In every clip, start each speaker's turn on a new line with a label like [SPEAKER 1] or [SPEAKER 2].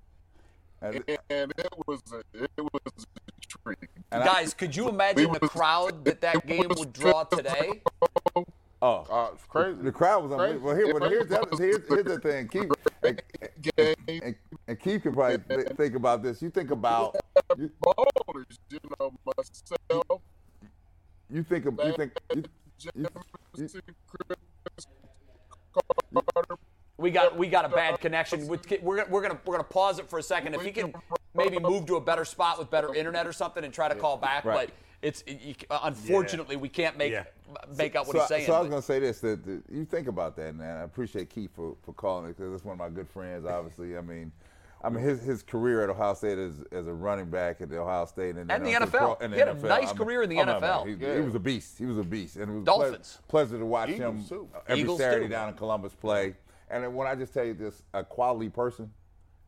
[SPEAKER 1] And-
[SPEAKER 2] And it was a, it was a treat.
[SPEAKER 3] Guys, could you imagine the crowd that that game would draw today?
[SPEAKER 1] Oh,
[SPEAKER 4] Uh, it's crazy.
[SPEAKER 1] the crowd was unbelievable. Well, here, well, here's, the other- here's, here's the thing, Keith, and,
[SPEAKER 2] Game
[SPEAKER 1] and, and Keith can probably th- think about this. You think about
[SPEAKER 2] ballers, you know, myself,
[SPEAKER 1] you think of, you think you,
[SPEAKER 2] Jefferson, Chris, Carter,
[SPEAKER 3] We got we got a bad connection. With, we're gonna- we're gonna we're gonna pause it for a second. If he can maybe move to a better spot with better internet or something and try to call back,
[SPEAKER 1] Right.
[SPEAKER 3] but it's you, unfortunately we can't make
[SPEAKER 5] Yeah.
[SPEAKER 3] make out what
[SPEAKER 1] so,
[SPEAKER 3] he's
[SPEAKER 1] I-
[SPEAKER 3] saying.
[SPEAKER 1] so I was
[SPEAKER 3] but-
[SPEAKER 1] gonna say this. That, that you think about that, man. I appreciate Keith for, for calling it because it's one of my good friends. Obviously, I mean, I mean, his his career at Ohio State as, as a running back at Ohio State
[SPEAKER 3] And
[SPEAKER 1] and, then
[SPEAKER 3] the
[SPEAKER 1] onto
[SPEAKER 3] NFL.
[SPEAKER 1] pro- and
[SPEAKER 3] He had a
[SPEAKER 1] NFL.
[SPEAKER 3] nice
[SPEAKER 1] I mean,
[SPEAKER 3] career in the
[SPEAKER 1] oh, my, my,
[SPEAKER 3] NFL.
[SPEAKER 1] He,
[SPEAKER 6] Yeah.
[SPEAKER 1] he was a beast. He was a beast, and it was a
[SPEAKER 3] Dolphins.
[SPEAKER 1] ple- pleasure to watch him
[SPEAKER 6] Eagles, too.
[SPEAKER 1] every
[SPEAKER 3] Eagles,
[SPEAKER 1] Saturday
[SPEAKER 3] too.
[SPEAKER 1] down in Columbus play. And then when I just tell you this, a quality person,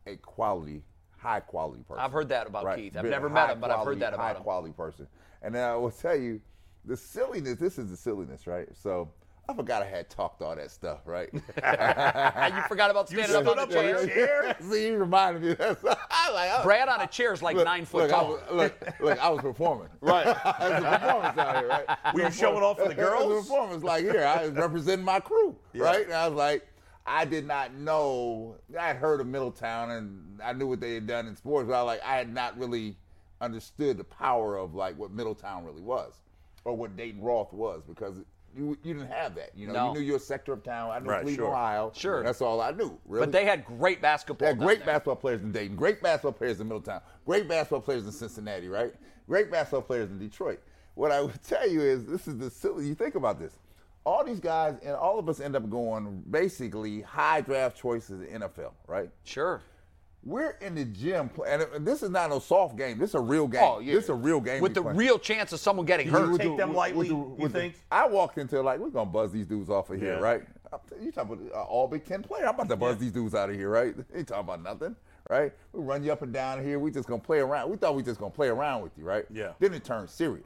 [SPEAKER 1] a quality, high quality person.
[SPEAKER 3] I've heard that about
[SPEAKER 1] Right.
[SPEAKER 3] Keith. I've
[SPEAKER 1] Been a
[SPEAKER 3] never met him, but I've heard
[SPEAKER 1] high-quality-
[SPEAKER 3] that about him.
[SPEAKER 1] High-quality person. And then I will tell you, the silliness. This is the silliness, right? So I forgot I had talked all that stuff, right?
[SPEAKER 3] And you forgot about standing up on a chair.
[SPEAKER 1] See, you reminded me. That's, I like, I-
[SPEAKER 3] Brad on a chair is like
[SPEAKER 1] look,
[SPEAKER 3] nine foot
[SPEAKER 1] look, I
[SPEAKER 3] tall.
[SPEAKER 1] was, look, look, I was performing. Right. As a performance out here, right?
[SPEAKER 7] Were you showing off for the
[SPEAKER 1] It
[SPEAKER 7] girls?
[SPEAKER 1] was a performance like here. I was representing my crew,
[SPEAKER 7] Yeah.
[SPEAKER 1] right? And I was like, I did not know. I had heard of Middletown and I knew what they had done in sports, but I like I had not really understood the power of like what Middletown really was, or what Dayton Roth was, because you you didn't have that. You know,
[SPEAKER 3] No.
[SPEAKER 1] you knew your sector of town. I knew
[SPEAKER 7] Right,
[SPEAKER 1] Cleveland,
[SPEAKER 7] sure.
[SPEAKER 1] Ohio.
[SPEAKER 3] Sure.
[SPEAKER 1] that's all I knew. Really.
[SPEAKER 3] But they had great basketball.
[SPEAKER 1] They had
[SPEAKER 3] down
[SPEAKER 1] great
[SPEAKER 3] there.
[SPEAKER 1] basketball players in Dayton, great basketball players in Middletown, great basketball players in Cincinnati, right? Great basketball players in Detroit. What I would tell you is this is the silly, you think about this. All these guys and all of us end up going basically high draft choices in NFL, right?
[SPEAKER 3] Sure.
[SPEAKER 1] We're in the gym, play- and this is not no soft game. This is a real game.
[SPEAKER 3] Oh, yeah.
[SPEAKER 1] This is a real game.
[SPEAKER 3] With
[SPEAKER 1] we
[SPEAKER 3] the
[SPEAKER 1] playing.
[SPEAKER 3] real chance of someone getting
[SPEAKER 7] you
[SPEAKER 3] hurt.
[SPEAKER 7] take them lightly, you
[SPEAKER 1] with the-
[SPEAKER 7] think?
[SPEAKER 1] I walked into like we're gonna buzz these dudes off of here,
[SPEAKER 7] Yeah.
[SPEAKER 1] right? I'm t- You talking about uh, all Big Ten player? I'm about to buzz these dudes out of here, right? Ain't talking about nothing, right? We run you up and down here. We just gonna play around. We thought we just gonna play around with you, right?
[SPEAKER 7] Yeah.
[SPEAKER 1] Then it turned serious,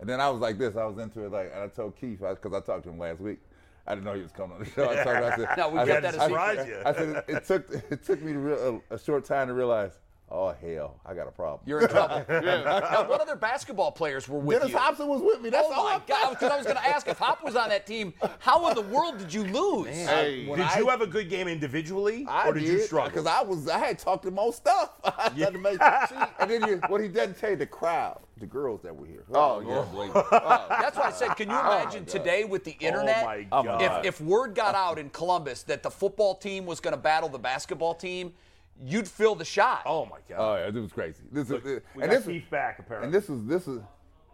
[SPEAKER 1] and then I was like this. I was into it like, and I told Keith because I talked to him last week. I didn't know he was coming on the show. I told him, I said,
[SPEAKER 3] No, we
[SPEAKER 1] I
[SPEAKER 3] kept
[SPEAKER 1] said-
[SPEAKER 3] that a
[SPEAKER 1] I-
[SPEAKER 7] surprise you.
[SPEAKER 1] I said it, it took it took me to real, a, a short time to realize, oh hell, I got a problem.
[SPEAKER 3] You're in trouble. Now, what other basketball players were with
[SPEAKER 1] Dennis
[SPEAKER 3] you?
[SPEAKER 1] Hobson was with me. That's
[SPEAKER 3] Oh
[SPEAKER 1] all
[SPEAKER 3] my
[SPEAKER 1] I'm-
[SPEAKER 3] God! Because I was going to ask if Hop was on that team, how in the world did you lose?
[SPEAKER 1] Hey, when
[SPEAKER 7] Did
[SPEAKER 1] I-
[SPEAKER 7] you have a good game individually,
[SPEAKER 1] I
[SPEAKER 7] or did, you struggle?
[SPEAKER 1] Because I was, I had talked to most stuff. I had to make, and then you, what he doesn't tell you, the crowd, the girls that were here. Oh, yeah.
[SPEAKER 3] That's why I said,
[SPEAKER 1] Oh
[SPEAKER 3] can you imagine today with the internet?
[SPEAKER 7] my God.
[SPEAKER 3] If, if word got out in Columbus that the football team was going to battle the basketball team, you'd fill the shot.
[SPEAKER 7] oh my God!
[SPEAKER 1] Oh, yeah, this was crazy. This
[SPEAKER 7] Look,
[SPEAKER 1] is,
[SPEAKER 7] we
[SPEAKER 1] and
[SPEAKER 7] got
[SPEAKER 1] this was,
[SPEAKER 7] Keith back apparently.
[SPEAKER 1] and this was, this is,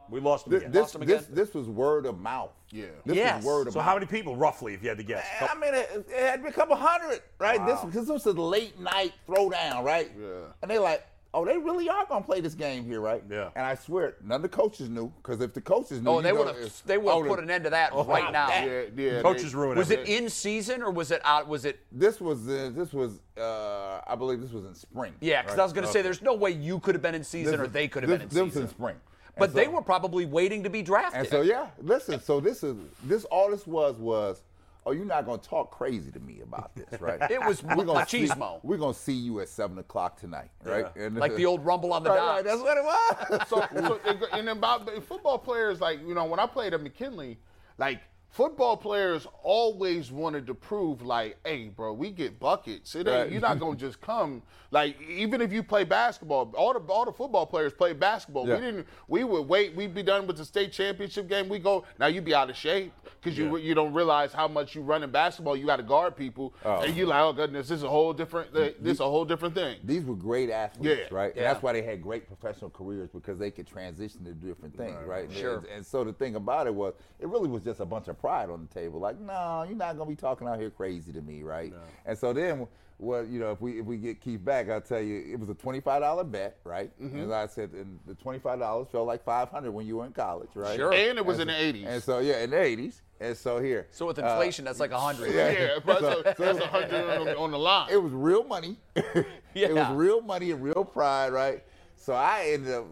[SPEAKER 7] we lost him
[SPEAKER 1] this,
[SPEAKER 7] again.
[SPEAKER 1] this,
[SPEAKER 3] him
[SPEAKER 1] this,
[SPEAKER 3] again?
[SPEAKER 1] this was word of mouth. Yeah. This
[SPEAKER 3] Yes.
[SPEAKER 1] was word of
[SPEAKER 7] so
[SPEAKER 1] mouth. Eh,
[SPEAKER 7] how many people, roughly, if you had to guess?
[SPEAKER 1] I mean, it, it had become a hundred, right? This because this was a late night throwdown, right?
[SPEAKER 6] Yeah.
[SPEAKER 1] And they like, oh, they really are gonna play this game here, right?
[SPEAKER 7] Yeah.
[SPEAKER 1] And I swear, none of the coaches knew because if the coaches knew,
[SPEAKER 3] Oh,
[SPEAKER 1] you
[SPEAKER 3] they
[SPEAKER 1] know
[SPEAKER 3] would have
[SPEAKER 1] it's-
[SPEAKER 3] they would
[SPEAKER 1] oh,
[SPEAKER 3] have
[SPEAKER 1] the-
[SPEAKER 3] put an end to that right now.
[SPEAKER 6] Yeah, yeah.
[SPEAKER 7] Coaches
[SPEAKER 6] they-
[SPEAKER 7] ruin
[SPEAKER 3] Was it
[SPEAKER 7] everything.
[SPEAKER 3] in season or was it out? Was it?
[SPEAKER 1] This was uh, this was uh, I believe this was in spring.
[SPEAKER 3] Yeah, because I was going to say there's no way you could have been in season or they could have
[SPEAKER 1] this,
[SPEAKER 3] been in
[SPEAKER 1] this
[SPEAKER 3] season.
[SPEAKER 1] was in spring. And
[SPEAKER 3] but they
[SPEAKER 1] so-
[SPEAKER 3] were probably waiting to be drafted.
[SPEAKER 1] And so yeah, listen. So this is this all this was was. Oh, you're not gonna talk crazy to me about this, right?
[SPEAKER 3] It was
[SPEAKER 1] see,
[SPEAKER 3] machismo.
[SPEAKER 1] We're gonna see you at seven o'clock tonight, right? And-
[SPEAKER 3] like the old rumble on the
[SPEAKER 1] Right,
[SPEAKER 3] dock.
[SPEAKER 1] right, that's what it was.
[SPEAKER 6] so, so and- and about the football players, like you know, when I played at McKinley, like football players always wanted to prove, like, hey, bro, we get buckets. It ain't,
[SPEAKER 1] Right.
[SPEAKER 6] You're not gonna just come. Like, even if you play basketball, all the all the football players play basketball.
[SPEAKER 1] Yeah.
[SPEAKER 6] We didn't. We would wait. We'd be done with the state championship game. We go now. You be out of shape because you you don't realize how much you run in basketball. You got to guard people, and you like, oh goodness, this is a whole different. This is a whole different thing.
[SPEAKER 1] These were great athletes,
[SPEAKER 6] Yeah.
[SPEAKER 1] right? And
[SPEAKER 3] Yeah.
[SPEAKER 1] that's why they had great professional careers because they could transition to different things, right? And-
[SPEAKER 3] Sure.
[SPEAKER 1] And, and so the thing about it was, it really was just a bunch of pride on the table. Like, no, you're not gonna be talking out here crazy to me, right? And so then, well, you know, if we if we get Keith back, I'll tell you, it was a twenty-five dollar bet, right? And I said, and the twenty-five dollars felt like five hundred when you were in college, right?
[SPEAKER 3] Sure.
[SPEAKER 6] And it was in the
[SPEAKER 1] And
[SPEAKER 6] '80s.
[SPEAKER 1] so yeah, in the '80s. And so here, uh,
[SPEAKER 3] so with inflation, that's like a hundred.
[SPEAKER 6] Yeah, but so, that's a hundred on, the- on the line.
[SPEAKER 1] it was real money. It was
[SPEAKER 3] Yeah.
[SPEAKER 1] real money and real pride, right? So I ended up,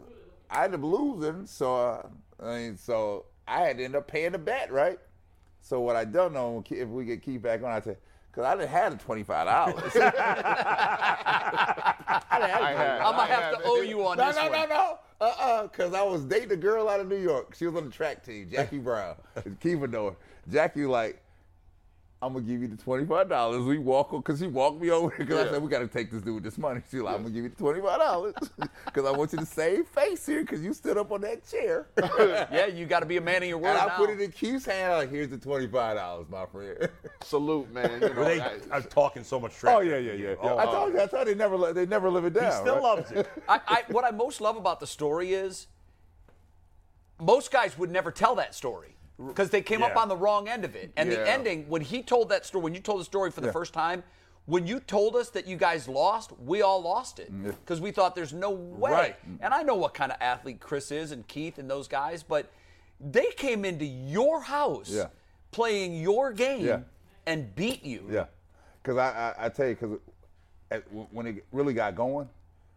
[SPEAKER 1] I ended up losing. So uh, I mean, so I had to end up paying the bet, right? So what I don't know if we get Keith back on, I said, because I didn't have the twenty five dollars.
[SPEAKER 6] I had-
[SPEAKER 3] I'm
[SPEAKER 6] I
[SPEAKER 3] gonna have
[SPEAKER 6] had-
[SPEAKER 3] to owe you on
[SPEAKER 1] no,
[SPEAKER 3] this
[SPEAKER 1] no,
[SPEAKER 3] one.
[SPEAKER 1] no, no. Uh uh because I was dating a girl out of New York. She was on the track team, Jackie Brown. Keith would know her. Jackie, like, I'm gonna give you the twenty-five dollars. We walk because she walked me over because I
[SPEAKER 6] Yeah.
[SPEAKER 1] said we gotta take this dude with this money. She like, I'm gonna give you the twenty-five dollars because I want you to save face here because you stood up on that chair. and
[SPEAKER 3] Yeah, you got to be a man of your word.
[SPEAKER 1] I
[SPEAKER 3] now.
[SPEAKER 1] put it in Keith's hand. Like, here's the twenty-five dollars, my friend.
[SPEAKER 6] Salute, man. You know,
[SPEAKER 7] Were they
[SPEAKER 6] I-
[SPEAKER 7] are talking so much trash?
[SPEAKER 1] oh yeah, yeah, yeah.
[SPEAKER 7] Oh,
[SPEAKER 1] I told you, I told you, they never, let- they never live it down.
[SPEAKER 7] He still
[SPEAKER 1] right?
[SPEAKER 7] loves it.
[SPEAKER 3] I, I, what I most love about the story is most guys would never tell that story because they came up
[SPEAKER 7] Yeah.
[SPEAKER 3] on the wrong end of it. And
[SPEAKER 6] Yeah.
[SPEAKER 3] the ending, when he told that story, when you told the story for the first time, When you told us that you guys lost, we all lost it because we thought there's no way.
[SPEAKER 7] Right.
[SPEAKER 3] And I know what kind of athlete Chris is and Keith and those guys, but they came into your house
[SPEAKER 1] Yeah.
[SPEAKER 3] playing your game
[SPEAKER 1] Yeah.
[SPEAKER 3] and beat you.
[SPEAKER 1] Yeah, because I, I I tell you, because when it really got going,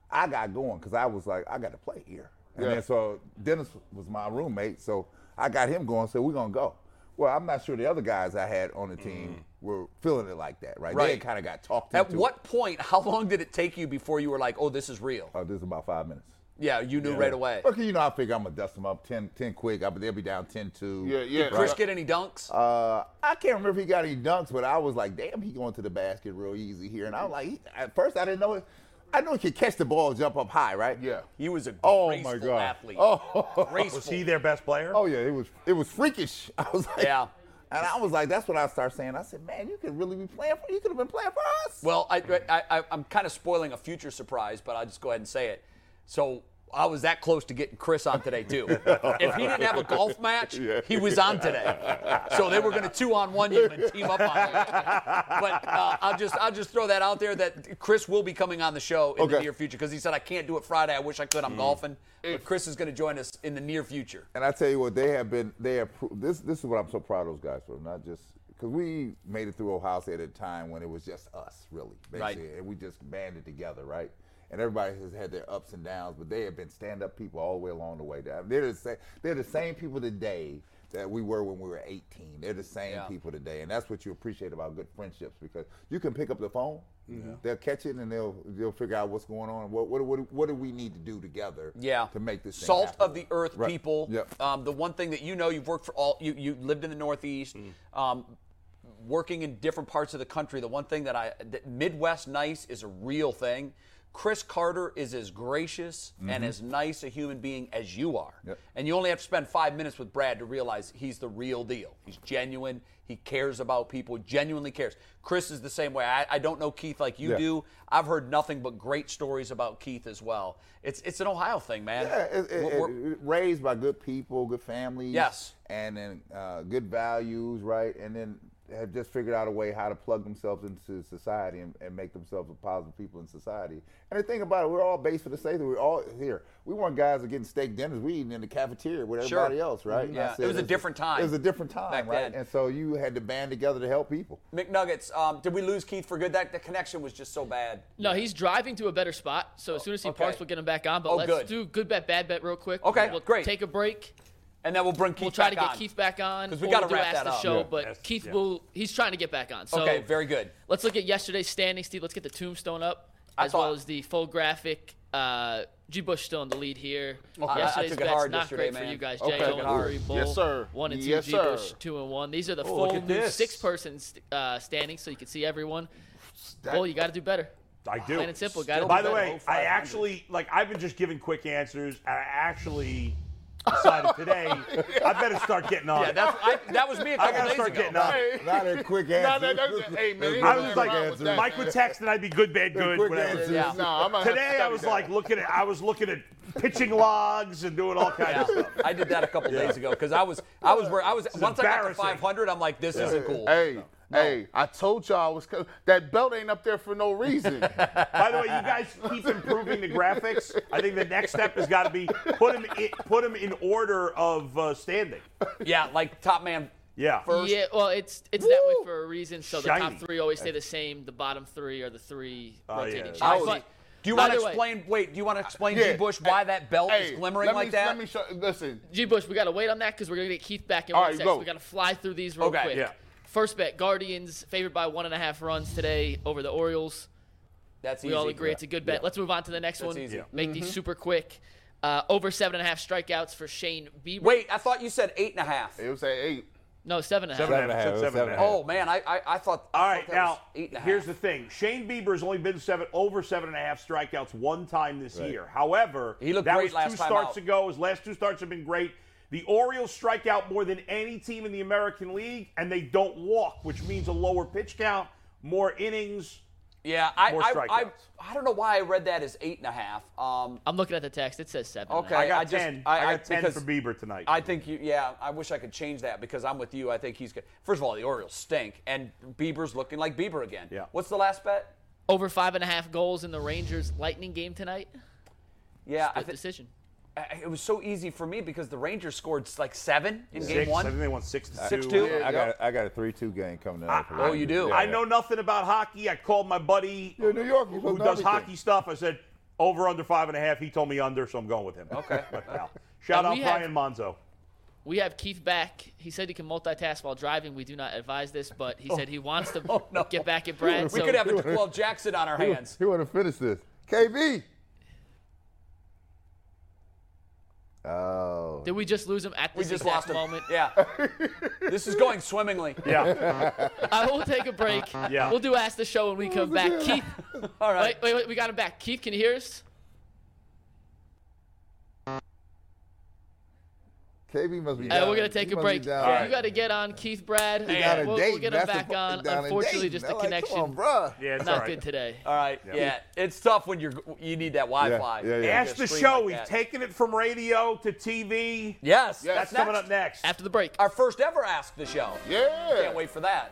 [SPEAKER 1] I got going because I was like, I got to play here. And
[SPEAKER 6] Yeah.
[SPEAKER 1] then so Dennis was my roommate, so I got him going. So we're gonna go. Well, I'm not sure the other guys I had on the team were feeling it like that, right? They
[SPEAKER 3] Mm. Right.
[SPEAKER 1] kind of got talked
[SPEAKER 3] At
[SPEAKER 1] into.
[SPEAKER 3] what
[SPEAKER 1] it.
[SPEAKER 3] point, how long did it take you before you were like, oh, this is real?
[SPEAKER 1] Oh, this is about five minutes.
[SPEAKER 3] Yeah, you knew right away.
[SPEAKER 1] Okay, you know, I figure I'm gonna dust them up 10, 10 quick. I, they'll be down 10-2.
[SPEAKER 6] Yeah, yeah.
[SPEAKER 1] Right?
[SPEAKER 3] Chris get any dunks?
[SPEAKER 1] Uh, I can't remember if he got any dunks, but I was like, damn, he going to the basket real easy here. And I was like, he, at first I didn't know it. I know he could catch the ball, jump up high, right?
[SPEAKER 6] Yeah.
[SPEAKER 3] he was a
[SPEAKER 1] Oh, my
[SPEAKER 3] graceful
[SPEAKER 1] God.
[SPEAKER 3] athlete.
[SPEAKER 1] Oh,
[SPEAKER 3] graceful.
[SPEAKER 7] Was he their best player?
[SPEAKER 1] oh yeah, it was it was freakish. I was like,
[SPEAKER 3] Yeah.
[SPEAKER 1] And I was like, that's what I started saying. I said, man, you could really be playing for. You could have been playing for us.
[SPEAKER 3] Well, I, I, I, I'm kind of spoiling a future surprise, but I'll just go ahead and say it. So I was that close to getting Chris on today, too. if he didn't have a golf match, he was on today. So they were going to two on one you and team up on you. But uh, I'll, just, I'll just throw that out there that Chris will be coming on the show in the
[SPEAKER 1] Okay. Mm.
[SPEAKER 3] near future because he said, I can't do it Friday. I wish I could. I'm golfing. But Chris is going to join us in the near future.
[SPEAKER 1] And I tell you what, they have been. They have. pro- This this is what I'm so proud of those guys for. Not just because we made it through Ohio State at a time when it was just us, really,
[SPEAKER 3] Right.
[SPEAKER 1] basically, and we just banded together, right? And everybody has had their ups and downs, but they have been stand-up people all the way along the way. They're the same. They're the same people today that we were when we were 18. They're the same
[SPEAKER 3] Yeah.
[SPEAKER 1] people today, and that's what you appreciate about good friendships because you can pick up the phone. They'll catch it and they'll they'll figure out what's going on. What what what, what do we need to do together?
[SPEAKER 3] Yeah.
[SPEAKER 1] to make this thing
[SPEAKER 3] salt of
[SPEAKER 1] happen?
[SPEAKER 3] the earth
[SPEAKER 1] Right.
[SPEAKER 3] people.
[SPEAKER 1] Yep.
[SPEAKER 3] Um, the one thing that you know, you've worked for all. You you lived in the Northeast.
[SPEAKER 1] Mm.
[SPEAKER 3] Um, working in different parts of the country. The one thing that I that Midwest nice is a real thing. Chris Carter is as gracious and as nice a human being as you are.
[SPEAKER 1] Mm-hmm. Yep.
[SPEAKER 3] And you only have to spend five minutes with Brad to realize he's the real deal. He's genuine. He cares about people, genuinely cares. Chris is the same way. I, I don't know Keith like you
[SPEAKER 1] Yeah.
[SPEAKER 3] do. I've heard nothing but great stories about Keith as well. It's it's an Ohio thing, man.
[SPEAKER 1] Yeah, it, it-
[SPEAKER 3] We're- we're-
[SPEAKER 1] it- raised by good people, good families.
[SPEAKER 3] Yes.
[SPEAKER 1] And then uh, good values, right? And then have just figured out a way how to plug themselves into society and, and make themselves a positive people in society. And the thing about it, we're all based for the sake that we're all here. We weren't guys that getting steak dinners. We eating in the cafeteria with
[SPEAKER 3] Sure. Mm-hmm.
[SPEAKER 1] everybody else, right? And I
[SPEAKER 3] Yeah. It was a
[SPEAKER 1] it's-
[SPEAKER 3] different time
[SPEAKER 1] It was a different time,
[SPEAKER 3] back
[SPEAKER 1] right?
[SPEAKER 3] then.
[SPEAKER 1] And so you had to band together to help people.
[SPEAKER 3] McNuggets, um, did we lose Keith for good? That the connection was just so bad.
[SPEAKER 8] No, he's driving to a better spot. So as soon as he
[SPEAKER 3] Oh, okay.
[SPEAKER 8] parks, we'll get him back on. But
[SPEAKER 3] Oh,
[SPEAKER 8] let's
[SPEAKER 3] good.
[SPEAKER 8] do good bet, bad bet real quick.
[SPEAKER 3] Okay,
[SPEAKER 8] we'll
[SPEAKER 3] great.
[SPEAKER 8] Take a break.
[SPEAKER 3] And then we'll bring Keith
[SPEAKER 8] We'll try to
[SPEAKER 3] back
[SPEAKER 8] get
[SPEAKER 3] on.
[SPEAKER 8] Keith back on.
[SPEAKER 3] 'Cause we
[SPEAKER 8] or
[SPEAKER 3] gotta
[SPEAKER 8] do
[SPEAKER 3] wrap that
[SPEAKER 8] ask the
[SPEAKER 3] up.
[SPEAKER 8] show.
[SPEAKER 3] Yeah.
[SPEAKER 8] But
[SPEAKER 7] Yes,
[SPEAKER 8] Keith
[SPEAKER 7] yeah.
[SPEAKER 8] will. He's trying to get back on. So
[SPEAKER 3] okay, very good.
[SPEAKER 8] Let's look at yesterday's standing, Steve. Let's get the tombstone up,
[SPEAKER 3] I
[SPEAKER 8] as
[SPEAKER 3] thought-
[SPEAKER 8] well as the full graphic. Uh, G. Bush still in the lead here.
[SPEAKER 3] I- I
[SPEAKER 8] Yesterday's
[SPEAKER 3] took it
[SPEAKER 8] bets
[SPEAKER 3] hard
[SPEAKER 8] not
[SPEAKER 3] yesterday,
[SPEAKER 8] great
[SPEAKER 3] man.
[SPEAKER 8] for you guys.
[SPEAKER 3] Okay.
[SPEAKER 8] Jay
[SPEAKER 3] Took it hard.
[SPEAKER 8] O'Leary, Bull,
[SPEAKER 6] Yes, sir.
[SPEAKER 8] one and two.
[SPEAKER 6] Yes,
[SPEAKER 8] G.
[SPEAKER 6] sir.
[SPEAKER 8] Bush, two and one. These are the
[SPEAKER 7] look
[SPEAKER 8] full
[SPEAKER 7] at
[SPEAKER 8] new
[SPEAKER 7] this.
[SPEAKER 8] six-person st- uh, standing, so you can see everyone. Bull, you got to do better.
[SPEAKER 7] I do.
[SPEAKER 8] Plain and simple. Got to do
[SPEAKER 7] By the
[SPEAKER 8] better.
[SPEAKER 7] way, I actually like. I've been just giving quick answers, and I actually decided today I better start getting on.
[SPEAKER 3] Yeah,
[SPEAKER 7] it.
[SPEAKER 3] that's, I, that was me a
[SPEAKER 7] I
[SPEAKER 3] couple
[SPEAKER 7] gotta
[SPEAKER 3] days
[SPEAKER 7] start
[SPEAKER 3] ago.
[SPEAKER 7] getting on. it.
[SPEAKER 1] Not a quick
[SPEAKER 6] Nah,
[SPEAKER 1] answer.
[SPEAKER 6] that- that's- hey, man, ain't nothing
[SPEAKER 7] I was
[SPEAKER 6] wrong with
[SPEAKER 7] like,
[SPEAKER 6] that,
[SPEAKER 7] Mike
[SPEAKER 6] man.
[SPEAKER 7] would text, and I'd be good, bad, good,
[SPEAKER 1] quick
[SPEAKER 7] whatever.
[SPEAKER 1] answers.
[SPEAKER 3] Yeah.
[SPEAKER 6] Nah, I'm gonna have to
[SPEAKER 7] Today I
[SPEAKER 6] study
[SPEAKER 7] was
[SPEAKER 6] that.
[SPEAKER 7] like looking at. I was looking at pitching logs and doing all kinds of
[SPEAKER 3] Yeah,
[SPEAKER 7] stuff.
[SPEAKER 3] I did that a couple days ago because I was I was where I was once I got to
[SPEAKER 7] embarrassing.
[SPEAKER 3] 500, I'm like, this isn't cool.
[SPEAKER 6] Hey, hey, I told y'all I was co- that belt ain't up there for no reason.
[SPEAKER 7] By the way, you guys keep improving the graphics. I think the next step has got to be put them in, put 'em in order of uh, standing.
[SPEAKER 3] Yeah, like top man.
[SPEAKER 7] Yeah.
[SPEAKER 3] First.
[SPEAKER 8] Yeah, well, it's it's that way for a reason. So the
[SPEAKER 7] Shiny.
[SPEAKER 8] top three always stay the same. The bottom three are the three rotating.
[SPEAKER 7] Oh, yeah.
[SPEAKER 8] shapes.
[SPEAKER 3] I was-
[SPEAKER 8] But
[SPEAKER 3] do you want to
[SPEAKER 8] either way,
[SPEAKER 3] explain? Wait, do you want to explain
[SPEAKER 6] Yeah.
[SPEAKER 3] G. Bush why that belt
[SPEAKER 6] hey,
[SPEAKER 3] is glimmering
[SPEAKER 6] let
[SPEAKER 3] like
[SPEAKER 6] me,
[SPEAKER 3] that?
[SPEAKER 6] Let me show. Listen,
[SPEAKER 8] G. Bush, we got to wait on that because we're gonna get Keith back in
[SPEAKER 6] All
[SPEAKER 8] one
[SPEAKER 6] right,
[SPEAKER 8] sec.
[SPEAKER 6] go.
[SPEAKER 8] So we got to fly through these real
[SPEAKER 3] Okay,
[SPEAKER 8] quick.
[SPEAKER 7] yeah.
[SPEAKER 8] First bet: Guardians favored by one and a half runs today over the Orioles.
[SPEAKER 3] That's
[SPEAKER 8] We
[SPEAKER 3] easy.
[SPEAKER 8] all agree it's a good bet. Let's move on to the next one.
[SPEAKER 3] easy. Mm-hmm. Yeah.
[SPEAKER 8] Make these super quick. Uh, over seven and a half strikeouts for Shane Bieber.
[SPEAKER 3] Wait, I thought you said eight and a half.
[SPEAKER 6] it was at eight.
[SPEAKER 8] no, seven and a half.
[SPEAKER 7] Seven and a half,
[SPEAKER 1] Seven and a half,
[SPEAKER 7] seven and a half.
[SPEAKER 3] Oh man, I I, I thought. I
[SPEAKER 7] All
[SPEAKER 3] thought that
[SPEAKER 7] right,
[SPEAKER 3] was
[SPEAKER 7] now
[SPEAKER 3] eight and a half.
[SPEAKER 7] here's the thing: Shane Bieber has only been seven over seven and a half strikeouts one time this year. However,
[SPEAKER 3] He looked
[SPEAKER 7] that
[SPEAKER 3] great
[SPEAKER 7] was
[SPEAKER 3] last
[SPEAKER 7] two
[SPEAKER 3] time
[SPEAKER 7] starts
[SPEAKER 3] out.
[SPEAKER 7] ago. His last two starts have been great. The Orioles strike out more than any team in the American League, and they don't walk, which means a lower pitch count, more innings,
[SPEAKER 3] Yeah, I,
[SPEAKER 7] More
[SPEAKER 3] I, I,
[SPEAKER 7] strikeouts.
[SPEAKER 3] I don't know why I read that as eight and a half. Um,
[SPEAKER 8] I'm looking at the text. It says seven.
[SPEAKER 3] Okay.
[SPEAKER 7] I got
[SPEAKER 3] I just-
[SPEAKER 7] ten.
[SPEAKER 3] I-
[SPEAKER 7] I,
[SPEAKER 3] I-
[SPEAKER 7] got ten
[SPEAKER 3] because
[SPEAKER 7] for Bieber tonight.
[SPEAKER 3] I think you. Yeah, I wish I could change that because I'm with you. I think he's good. First of all, the Orioles stink, and Bieber's looking like Bieber again.
[SPEAKER 7] Yeah.
[SPEAKER 3] What's the last bet?
[SPEAKER 8] Over five and a half goals in the Rangers Lightning game tonight.
[SPEAKER 3] Yeah, I
[SPEAKER 8] Good
[SPEAKER 3] thi-
[SPEAKER 8] decision.
[SPEAKER 3] I- it was so easy for me because the Rangers scored like seven in game
[SPEAKER 7] six. I think
[SPEAKER 3] one.
[SPEAKER 7] they won six to
[SPEAKER 3] Six
[SPEAKER 7] two.
[SPEAKER 3] to-
[SPEAKER 1] I
[SPEAKER 3] Yeah.
[SPEAKER 1] got I got a three-two game coming up.
[SPEAKER 7] Oh, I-
[SPEAKER 3] Oh, you do?
[SPEAKER 7] I know nothing about hockey. I called my buddy
[SPEAKER 1] You're in New York. You
[SPEAKER 7] who
[SPEAKER 1] supposed to know
[SPEAKER 7] does
[SPEAKER 1] everything.
[SPEAKER 7] hockey stuff. I said over under five and a half. He told me under, so I'm going with him. Okay. Shout
[SPEAKER 8] And
[SPEAKER 7] out
[SPEAKER 8] we have-
[SPEAKER 7] Brian Monzo.
[SPEAKER 8] We have Keith back. He said he can multitask while driving. We do not advise this, but he said he wants to
[SPEAKER 3] Oh, no.
[SPEAKER 8] get back at Brad.
[SPEAKER 3] We
[SPEAKER 8] so
[SPEAKER 3] could have a 12 Jackson on our
[SPEAKER 1] He,
[SPEAKER 3] hands.
[SPEAKER 1] he want to finish this. KB. Oh.
[SPEAKER 8] did we just lose him at
[SPEAKER 3] We
[SPEAKER 8] this
[SPEAKER 3] just
[SPEAKER 8] exact
[SPEAKER 3] lost him.
[SPEAKER 8] moment?
[SPEAKER 3] Yeah. this is going swimmingly.
[SPEAKER 7] Yeah.
[SPEAKER 8] I will take a break.
[SPEAKER 7] Yeah.
[SPEAKER 8] We'll do ask the show when we come back. Keith,
[SPEAKER 3] Oh, All right.
[SPEAKER 8] wait, wait, wait, we got him back. Keith, can you hear us?
[SPEAKER 1] KB must be.
[SPEAKER 8] Uh,
[SPEAKER 1] down-
[SPEAKER 8] we're gonna
[SPEAKER 1] he
[SPEAKER 8] take a
[SPEAKER 1] must be
[SPEAKER 8] break.
[SPEAKER 1] down.
[SPEAKER 8] You got to get on Keith, Brad.
[SPEAKER 1] He
[SPEAKER 8] and
[SPEAKER 1] down in
[SPEAKER 8] we'll, we'll
[SPEAKER 1] Dayton.
[SPEAKER 8] get him
[SPEAKER 1] That's the
[SPEAKER 8] back
[SPEAKER 1] fu-
[SPEAKER 8] on.
[SPEAKER 1] down in
[SPEAKER 8] Unfortunately,
[SPEAKER 1] Dayton.
[SPEAKER 8] just the
[SPEAKER 1] They're like,
[SPEAKER 8] connection
[SPEAKER 1] Come on, bruh.
[SPEAKER 7] Yeah, it's
[SPEAKER 8] not
[SPEAKER 7] all right.
[SPEAKER 8] good today.
[SPEAKER 3] All right. Yeah. It's tough when you're you need that Wi-Fi.
[SPEAKER 1] Yeah, yeah, yeah.
[SPEAKER 3] Like
[SPEAKER 7] Ask
[SPEAKER 3] a
[SPEAKER 7] the
[SPEAKER 3] stream
[SPEAKER 7] show.
[SPEAKER 3] like
[SPEAKER 7] We've
[SPEAKER 3] that.
[SPEAKER 7] taken it from radio to TV.
[SPEAKER 3] Yes.
[SPEAKER 7] That's coming up next.
[SPEAKER 8] After the break.
[SPEAKER 3] Our first ever Ask the Show.
[SPEAKER 6] Yeah.
[SPEAKER 3] Can't wait for that.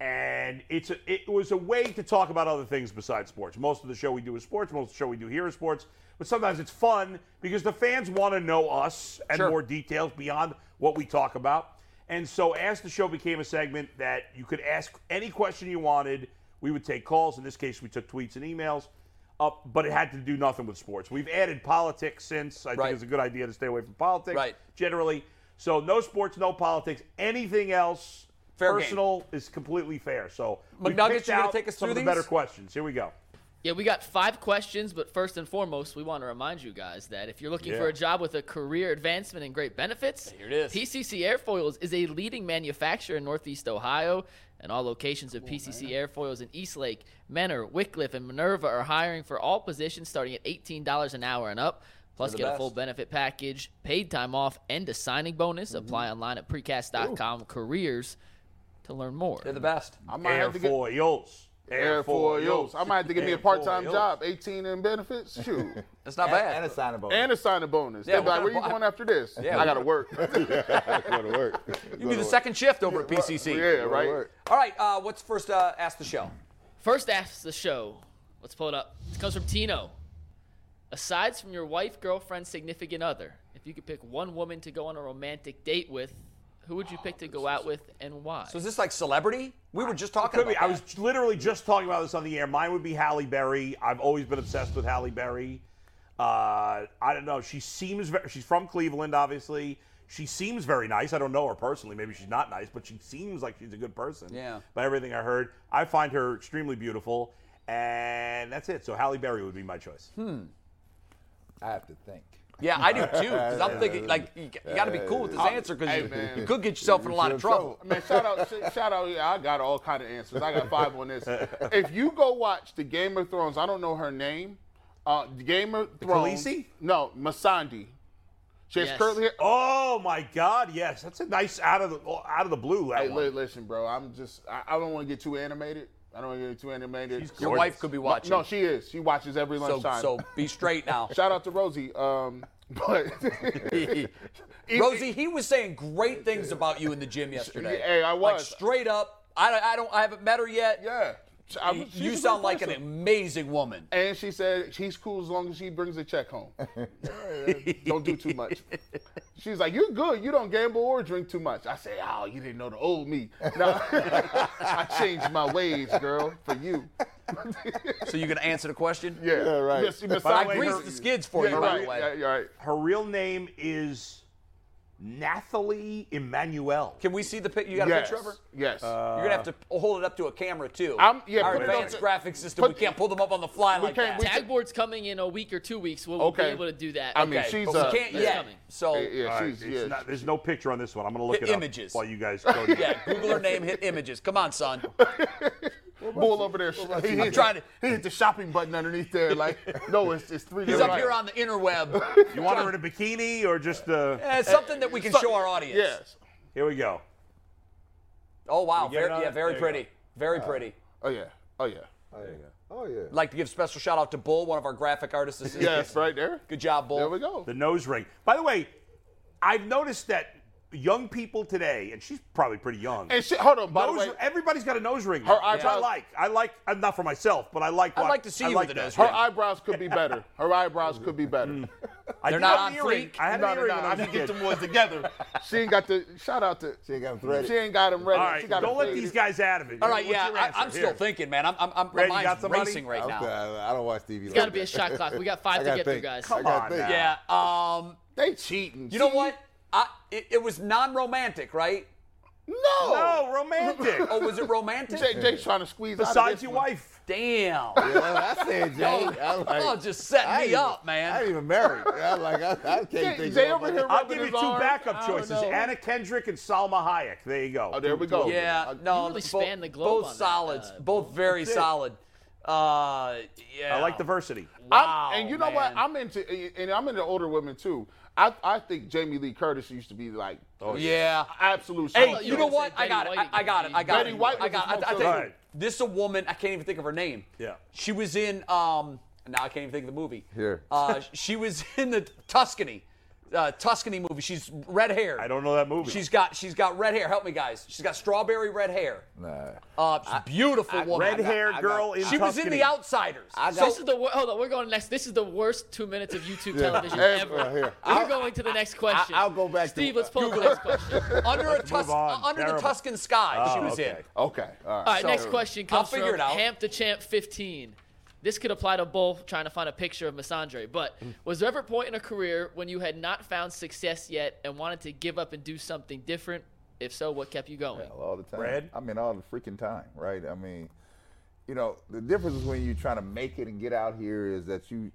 [SPEAKER 7] and it's a, it was a way to talk about other things besides sports. Most of the show we do is sports. Most of the show we do here is sports. But sometimes it's fun because the fans want to know us and
[SPEAKER 3] Sure.
[SPEAKER 7] more details beyond what we talk about. And so, Ask the Show became a segment that you could ask any question you wanted. We would take calls. In this case, we took tweets and emails. Up, but it had to do nothing with sports. We've added politics since. I
[SPEAKER 3] Right.
[SPEAKER 7] think it's a good idea to stay away from politics
[SPEAKER 3] Right.
[SPEAKER 7] generally. So no sports, no politics. Anything else
[SPEAKER 3] Fair
[SPEAKER 7] personal is completely fair. So we
[SPEAKER 3] McNuggets,
[SPEAKER 7] picked
[SPEAKER 3] you gonna
[SPEAKER 7] out
[SPEAKER 3] take us
[SPEAKER 7] some
[SPEAKER 3] through
[SPEAKER 7] of the
[SPEAKER 3] these?
[SPEAKER 7] better questions. Here we go.
[SPEAKER 8] Yeah, we got five questions, but first and foremost, we want to remind you guys that if you're looking for a job with a career advancement and great benefits, here
[SPEAKER 3] it is.
[SPEAKER 8] PCC Airfoils is a leading manufacturer in Northeast Ohio, and all locations of PCC Airfoils in Eastlake, Menor, Wickliffe, and Minerva are hiring for all positions starting at $18 an hour and up. Plus,
[SPEAKER 3] the
[SPEAKER 8] get a full
[SPEAKER 3] best.
[SPEAKER 8] benefit package, paid time off, and a signing bonus. Apply online at precast.com careers to learn more.
[SPEAKER 3] They're the best.
[SPEAKER 6] I might
[SPEAKER 7] Air
[SPEAKER 6] have to get
[SPEAKER 7] foils.
[SPEAKER 6] Air Force. I might have to give me a part-time
[SPEAKER 7] Airfoils.
[SPEAKER 6] job, 18 in benefits, shoot,
[SPEAKER 3] That's not bad.
[SPEAKER 1] And a sign about.
[SPEAKER 6] and a signing bonus.
[SPEAKER 3] Yeah,
[SPEAKER 6] They'd be like,
[SPEAKER 3] what
[SPEAKER 6] "Where you
[SPEAKER 3] kind of-
[SPEAKER 6] going after this?
[SPEAKER 3] Yeah,
[SPEAKER 6] I gotta work."
[SPEAKER 1] go to work.
[SPEAKER 3] you do the second shift over at PCC.
[SPEAKER 6] yeah, right.
[SPEAKER 1] work.
[SPEAKER 3] All right, uh, what's first? Uh, ask the show.
[SPEAKER 8] First ask the show. Let's pull it up. This comes from Tino. Aside from your wife, girlfriend, significant other, if you could pick one woman to go on a romantic date with, who would you pick to go out with and why?
[SPEAKER 3] So is this like celebrity? We were just talking
[SPEAKER 7] Could
[SPEAKER 3] about
[SPEAKER 7] be. I
[SPEAKER 3] that.
[SPEAKER 7] was literally just talking about this on the air. Mine would be Halle Berry. I've always been obsessed with Halle Berry. Uh, I don't know. She seems very, she's from Cleveland, obviously. She seems very nice. I don't know her personally. Maybe she's not nice, but she seems like she's a good person.
[SPEAKER 3] Yeah.
[SPEAKER 7] By everything I heard, I find her extremely beautiful, and that's it. So Halle Berry would be my choice.
[SPEAKER 1] I have to think.
[SPEAKER 3] Yeah, I do too. Because I'm thinking, like, you, got to be cool with this answer because
[SPEAKER 6] Hey,
[SPEAKER 3] you,
[SPEAKER 6] man.
[SPEAKER 3] you could get yourself in a lot of trouble.
[SPEAKER 6] Man, shout out, sh- shout out. Yeah, I got all kind of answers. I got five on this. If you go watch the Game of Thrones, I don't know her name.
[SPEAKER 2] Uh, Game of Thrones.
[SPEAKER 7] Khaleesi?
[SPEAKER 2] No, Masandi. She has
[SPEAKER 8] Yes.
[SPEAKER 2] curly hair.
[SPEAKER 7] Oh my God! Yes, that's a nice out of the out of the blue. That
[SPEAKER 2] Hey,
[SPEAKER 7] one.
[SPEAKER 2] li- listen, bro. I'm just. I, I don't want to get too animated. I don't want to get too animated.
[SPEAKER 7] She's
[SPEAKER 3] Your wife could be watching.
[SPEAKER 2] No, she is. She watches every
[SPEAKER 3] so,
[SPEAKER 2] lunchtime.
[SPEAKER 3] so be straight now.
[SPEAKER 2] shout out to Rosie. Um, but
[SPEAKER 3] Rosie, he was saying great things about you in the gym yesterday.
[SPEAKER 2] Hey, I
[SPEAKER 3] Like
[SPEAKER 2] was.
[SPEAKER 3] straight up. I, I don't. I haven't met her yet.
[SPEAKER 2] yeah, I'm-
[SPEAKER 3] You,
[SPEAKER 2] she's a
[SPEAKER 3] you
[SPEAKER 2] good
[SPEAKER 3] sound like an
[SPEAKER 2] person.
[SPEAKER 3] amazing woman.
[SPEAKER 2] And she said she's cool as long as she brings a check home. don't do too much. She's like, you're good. You don't gamble or drink too much. I say, oh, you didn't know the old me. No, I changed my ways, girl, for you.
[SPEAKER 3] So you gonna answer the question?
[SPEAKER 2] Yeah,
[SPEAKER 1] right.
[SPEAKER 2] Miss- Miss
[SPEAKER 7] By
[SPEAKER 3] I
[SPEAKER 7] the way,
[SPEAKER 2] Sandwich-
[SPEAKER 7] her-
[SPEAKER 3] greased the skids for
[SPEAKER 2] Yeah,
[SPEAKER 3] you, by the
[SPEAKER 2] right.
[SPEAKER 3] way.
[SPEAKER 2] Yeah, you're right.
[SPEAKER 7] Her real name is Nathalie Emmanuel.
[SPEAKER 3] Can we see the pic? You got a
[SPEAKER 2] yes.
[SPEAKER 3] picture of her?
[SPEAKER 2] Yes.
[SPEAKER 3] You're gonna have to hold it up to a camera too.
[SPEAKER 2] I'm- yeah,
[SPEAKER 3] Our
[SPEAKER 2] put it up
[SPEAKER 3] advanced
[SPEAKER 2] to-
[SPEAKER 3] graphic system.
[SPEAKER 2] put-
[SPEAKER 3] we can't pull them up on the fly
[SPEAKER 2] We
[SPEAKER 3] like
[SPEAKER 2] can't-
[SPEAKER 3] that.
[SPEAKER 2] we-
[SPEAKER 8] Tag board's coming in a week or two weeks. We'll,
[SPEAKER 2] Okay.
[SPEAKER 8] be able to do that.
[SPEAKER 2] I mean,
[SPEAKER 3] Okay,
[SPEAKER 2] she's
[SPEAKER 3] but
[SPEAKER 2] uh,
[SPEAKER 3] we can't
[SPEAKER 2] yeah.
[SPEAKER 3] yet.
[SPEAKER 8] coming.
[SPEAKER 3] So
[SPEAKER 2] yeah,
[SPEAKER 7] All right,
[SPEAKER 2] she's
[SPEAKER 7] it's
[SPEAKER 2] yeah.
[SPEAKER 7] not- there's no picture on this one. I'm gonna look
[SPEAKER 3] Hit
[SPEAKER 7] it up
[SPEAKER 3] images.
[SPEAKER 7] while you guys go. to-
[SPEAKER 3] yeah, Google her name. Hit images. Come on, son.
[SPEAKER 2] bull over there. He
[SPEAKER 3] I'm
[SPEAKER 2] hit-
[SPEAKER 3] trying to-
[SPEAKER 2] He hit the shopping button underneath there. Like, no, it's it's three.
[SPEAKER 3] He's
[SPEAKER 2] to
[SPEAKER 3] up
[SPEAKER 2] right.
[SPEAKER 3] here on the interweb.
[SPEAKER 7] You want her in a bikini or just? Uh,
[SPEAKER 3] Eh, something that we can show our audience.
[SPEAKER 2] Yes.
[SPEAKER 7] Here we go.
[SPEAKER 3] Oh wow,
[SPEAKER 7] get it
[SPEAKER 3] very,
[SPEAKER 7] on?
[SPEAKER 3] yeah, very
[SPEAKER 7] There you
[SPEAKER 3] pretty, very pretty.
[SPEAKER 2] Oh yeah. Oh yeah.
[SPEAKER 1] Oh yeah.
[SPEAKER 3] I'd like to give special shout out to Bull, one of our graphic artists.
[SPEAKER 2] Yes, right there.
[SPEAKER 3] Good job, Bull.
[SPEAKER 2] There we go.
[SPEAKER 7] The nose ring. By the way, I've noticed that young people today, and she's probably pretty young.
[SPEAKER 2] And she, hold on. By
[SPEAKER 7] nose,
[SPEAKER 2] the way,
[SPEAKER 7] everybody's got a nose ring.
[SPEAKER 2] Her
[SPEAKER 7] now, which I
[SPEAKER 2] eyebrows-
[SPEAKER 7] like. I like. uh, Not for myself, but I like.
[SPEAKER 3] I'd
[SPEAKER 7] what-
[SPEAKER 3] like to see
[SPEAKER 7] I
[SPEAKER 3] you
[SPEAKER 7] like
[SPEAKER 3] with a
[SPEAKER 7] that.
[SPEAKER 3] nose
[SPEAKER 2] her
[SPEAKER 3] ring.
[SPEAKER 2] eyebrows could be better. Her eyebrows could be better.
[SPEAKER 7] I
[SPEAKER 3] They're
[SPEAKER 7] do
[SPEAKER 3] not
[SPEAKER 7] have an
[SPEAKER 3] on
[SPEAKER 7] earring.
[SPEAKER 3] fleek.
[SPEAKER 7] I had
[SPEAKER 2] No,
[SPEAKER 7] an
[SPEAKER 2] no,
[SPEAKER 7] earring.
[SPEAKER 2] no.
[SPEAKER 7] when
[SPEAKER 2] I
[SPEAKER 7] was a
[SPEAKER 2] can get
[SPEAKER 7] kid.
[SPEAKER 2] them boys together. She ain't got the shout out to.
[SPEAKER 1] She ain't got 'em threaded.
[SPEAKER 2] She ain't got them ready.
[SPEAKER 7] All right,
[SPEAKER 2] she got
[SPEAKER 7] don't
[SPEAKER 2] 'em
[SPEAKER 7] let
[SPEAKER 2] faded.
[SPEAKER 7] these guys out of it.
[SPEAKER 3] All right,
[SPEAKER 7] What's
[SPEAKER 3] yeah,
[SPEAKER 7] your
[SPEAKER 3] I,
[SPEAKER 7] answer?
[SPEAKER 3] I'm
[SPEAKER 7] Here.
[SPEAKER 3] still thinking, man. I'm, I'm, I'm
[SPEAKER 7] Brad, you
[SPEAKER 3] my
[SPEAKER 7] got
[SPEAKER 3] mind's
[SPEAKER 7] somebody?
[SPEAKER 3] racing right
[SPEAKER 1] I'm
[SPEAKER 3] now.
[SPEAKER 1] kinda- I don't watch TV.
[SPEAKER 8] It's got to be a shot clock. We got five to get through, guys.
[SPEAKER 7] Come on, now.
[SPEAKER 3] Yeah. Um,
[SPEAKER 2] They cheating.
[SPEAKER 3] you know
[SPEAKER 2] See?
[SPEAKER 3] what? I, it, it was non-romantic, right?
[SPEAKER 2] No.
[SPEAKER 7] No, romantic.
[SPEAKER 3] Oh, was it romantic?
[SPEAKER 2] Jay, Jay's trying to squeeze out of
[SPEAKER 7] Besides
[SPEAKER 2] this
[SPEAKER 7] your
[SPEAKER 2] one.
[SPEAKER 7] wife.
[SPEAKER 3] Damn.
[SPEAKER 1] Yeah, I said Jay. I like,
[SPEAKER 3] oh, just set
[SPEAKER 1] I
[SPEAKER 3] me
[SPEAKER 1] ain't
[SPEAKER 3] up,
[SPEAKER 1] even-
[SPEAKER 3] man.
[SPEAKER 1] I ain't even married. I like I, I can't
[SPEAKER 2] Jay,
[SPEAKER 1] think.
[SPEAKER 2] Jay
[SPEAKER 1] of nobody.
[SPEAKER 2] over here.
[SPEAKER 7] I'll
[SPEAKER 2] rubbing
[SPEAKER 7] give you
[SPEAKER 2] his
[SPEAKER 7] two
[SPEAKER 2] arm. I
[SPEAKER 7] backup
[SPEAKER 2] don't
[SPEAKER 7] choices:
[SPEAKER 2] know.
[SPEAKER 7] Anna Kendrick and Salma Hayek. There you go.
[SPEAKER 2] Oh, there we go.
[SPEAKER 3] yeah. No.
[SPEAKER 8] really
[SPEAKER 3] both,
[SPEAKER 8] span the globe
[SPEAKER 3] Both
[SPEAKER 8] on that,
[SPEAKER 3] solids.
[SPEAKER 8] uh,
[SPEAKER 3] both very solid. Uh, yeah.
[SPEAKER 7] I like diversity.
[SPEAKER 3] Wow.
[SPEAKER 2] I'm, and you know
[SPEAKER 3] man.
[SPEAKER 2] what? I'm into, and I'm into older women too. I, I think Jamie Lee Curtis used to be like,
[SPEAKER 3] Oh, Yeah.
[SPEAKER 2] absolute.
[SPEAKER 3] Hey,
[SPEAKER 2] shit.
[SPEAKER 3] you know
[SPEAKER 8] were
[SPEAKER 3] what?
[SPEAKER 8] saying
[SPEAKER 3] I got it.
[SPEAKER 8] Betty
[SPEAKER 3] I,
[SPEAKER 8] White
[SPEAKER 3] I got it. I got
[SPEAKER 2] Betty
[SPEAKER 3] it.
[SPEAKER 2] White
[SPEAKER 3] I
[SPEAKER 2] was
[SPEAKER 3] got.
[SPEAKER 2] a
[SPEAKER 3] I, I
[SPEAKER 2] smoke
[SPEAKER 3] think
[SPEAKER 7] show. Alright.
[SPEAKER 3] this a woman. I can't even think of her name.
[SPEAKER 7] Yeah.
[SPEAKER 3] She was in. Um. Now I can't even think of the movie.
[SPEAKER 1] Here.
[SPEAKER 3] Uh, she was in the Tuscany, uh, Tuscany movie. She's red haired.
[SPEAKER 7] I don't know that movie.
[SPEAKER 3] She's got. She's got red hair. Help me, guys. She's got strawberry red hair.
[SPEAKER 1] Nah.
[SPEAKER 3] Uh, she's a beautiful woman.
[SPEAKER 7] red haired
[SPEAKER 1] I got-
[SPEAKER 7] girl in
[SPEAKER 3] She was in
[SPEAKER 7] Tuscany.
[SPEAKER 3] The Outsiders. So-
[SPEAKER 8] This is the wor- hold on. We're going next. This is the worst two minutes of YouTube television
[SPEAKER 1] Hey,
[SPEAKER 8] ever.
[SPEAKER 1] well, here.
[SPEAKER 8] We're going to the next question.
[SPEAKER 1] I'll go back to-
[SPEAKER 8] Steve, let's pull up the next question.
[SPEAKER 3] under a Tus-
[SPEAKER 7] on.
[SPEAKER 3] uh, under the
[SPEAKER 7] Terrible.
[SPEAKER 3] Tuscan sky. she
[SPEAKER 7] Oh,
[SPEAKER 3] was
[SPEAKER 7] okay.
[SPEAKER 3] in.
[SPEAKER 2] Okay. All
[SPEAKER 8] All
[SPEAKER 2] right.
[SPEAKER 8] right, next question
[SPEAKER 3] I'll
[SPEAKER 8] comes
[SPEAKER 3] figure
[SPEAKER 8] from
[SPEAKER 3] it out.
[SPEAKER 8] Hamp the Champ 15. This could apply to both trying to find a picture of Masandre, but was there ever a point in a career when you had not found success yet and wanted to give up and do something different? If so, what kept you going?
[SPEAKER 1] Hell, all the time.
[SPEAKER 7] Brad?
[SPEAKER 1] I mean, all the freaking time, right? I mean, you know, the difference between you trying to make it and get out here is that you,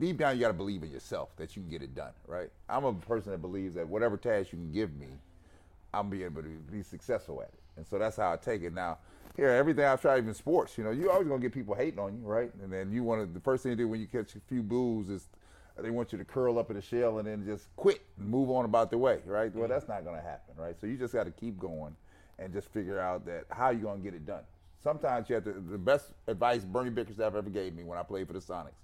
[SPEAKER 1] deep down, you got to believe in yourself that you can get it done, right? I'm a person that believes that whatever task you can give me, I'm be able to be successful at it, and so that's how I take it. Now, here, everything I've tried, even sports, you know, you always gonna get people hating on you, right? And then you want to, the first thing you do when you catch a few boos is. They want you to curl up in a shell and then just quit and move on about their way, right? Well, that's not going to happen, right? So you just got to keep going and just figure out that how you gonna get it done. Sometimes you have to. The best advice Bernie Bickerstaff ever gave me when I played for the Sonics,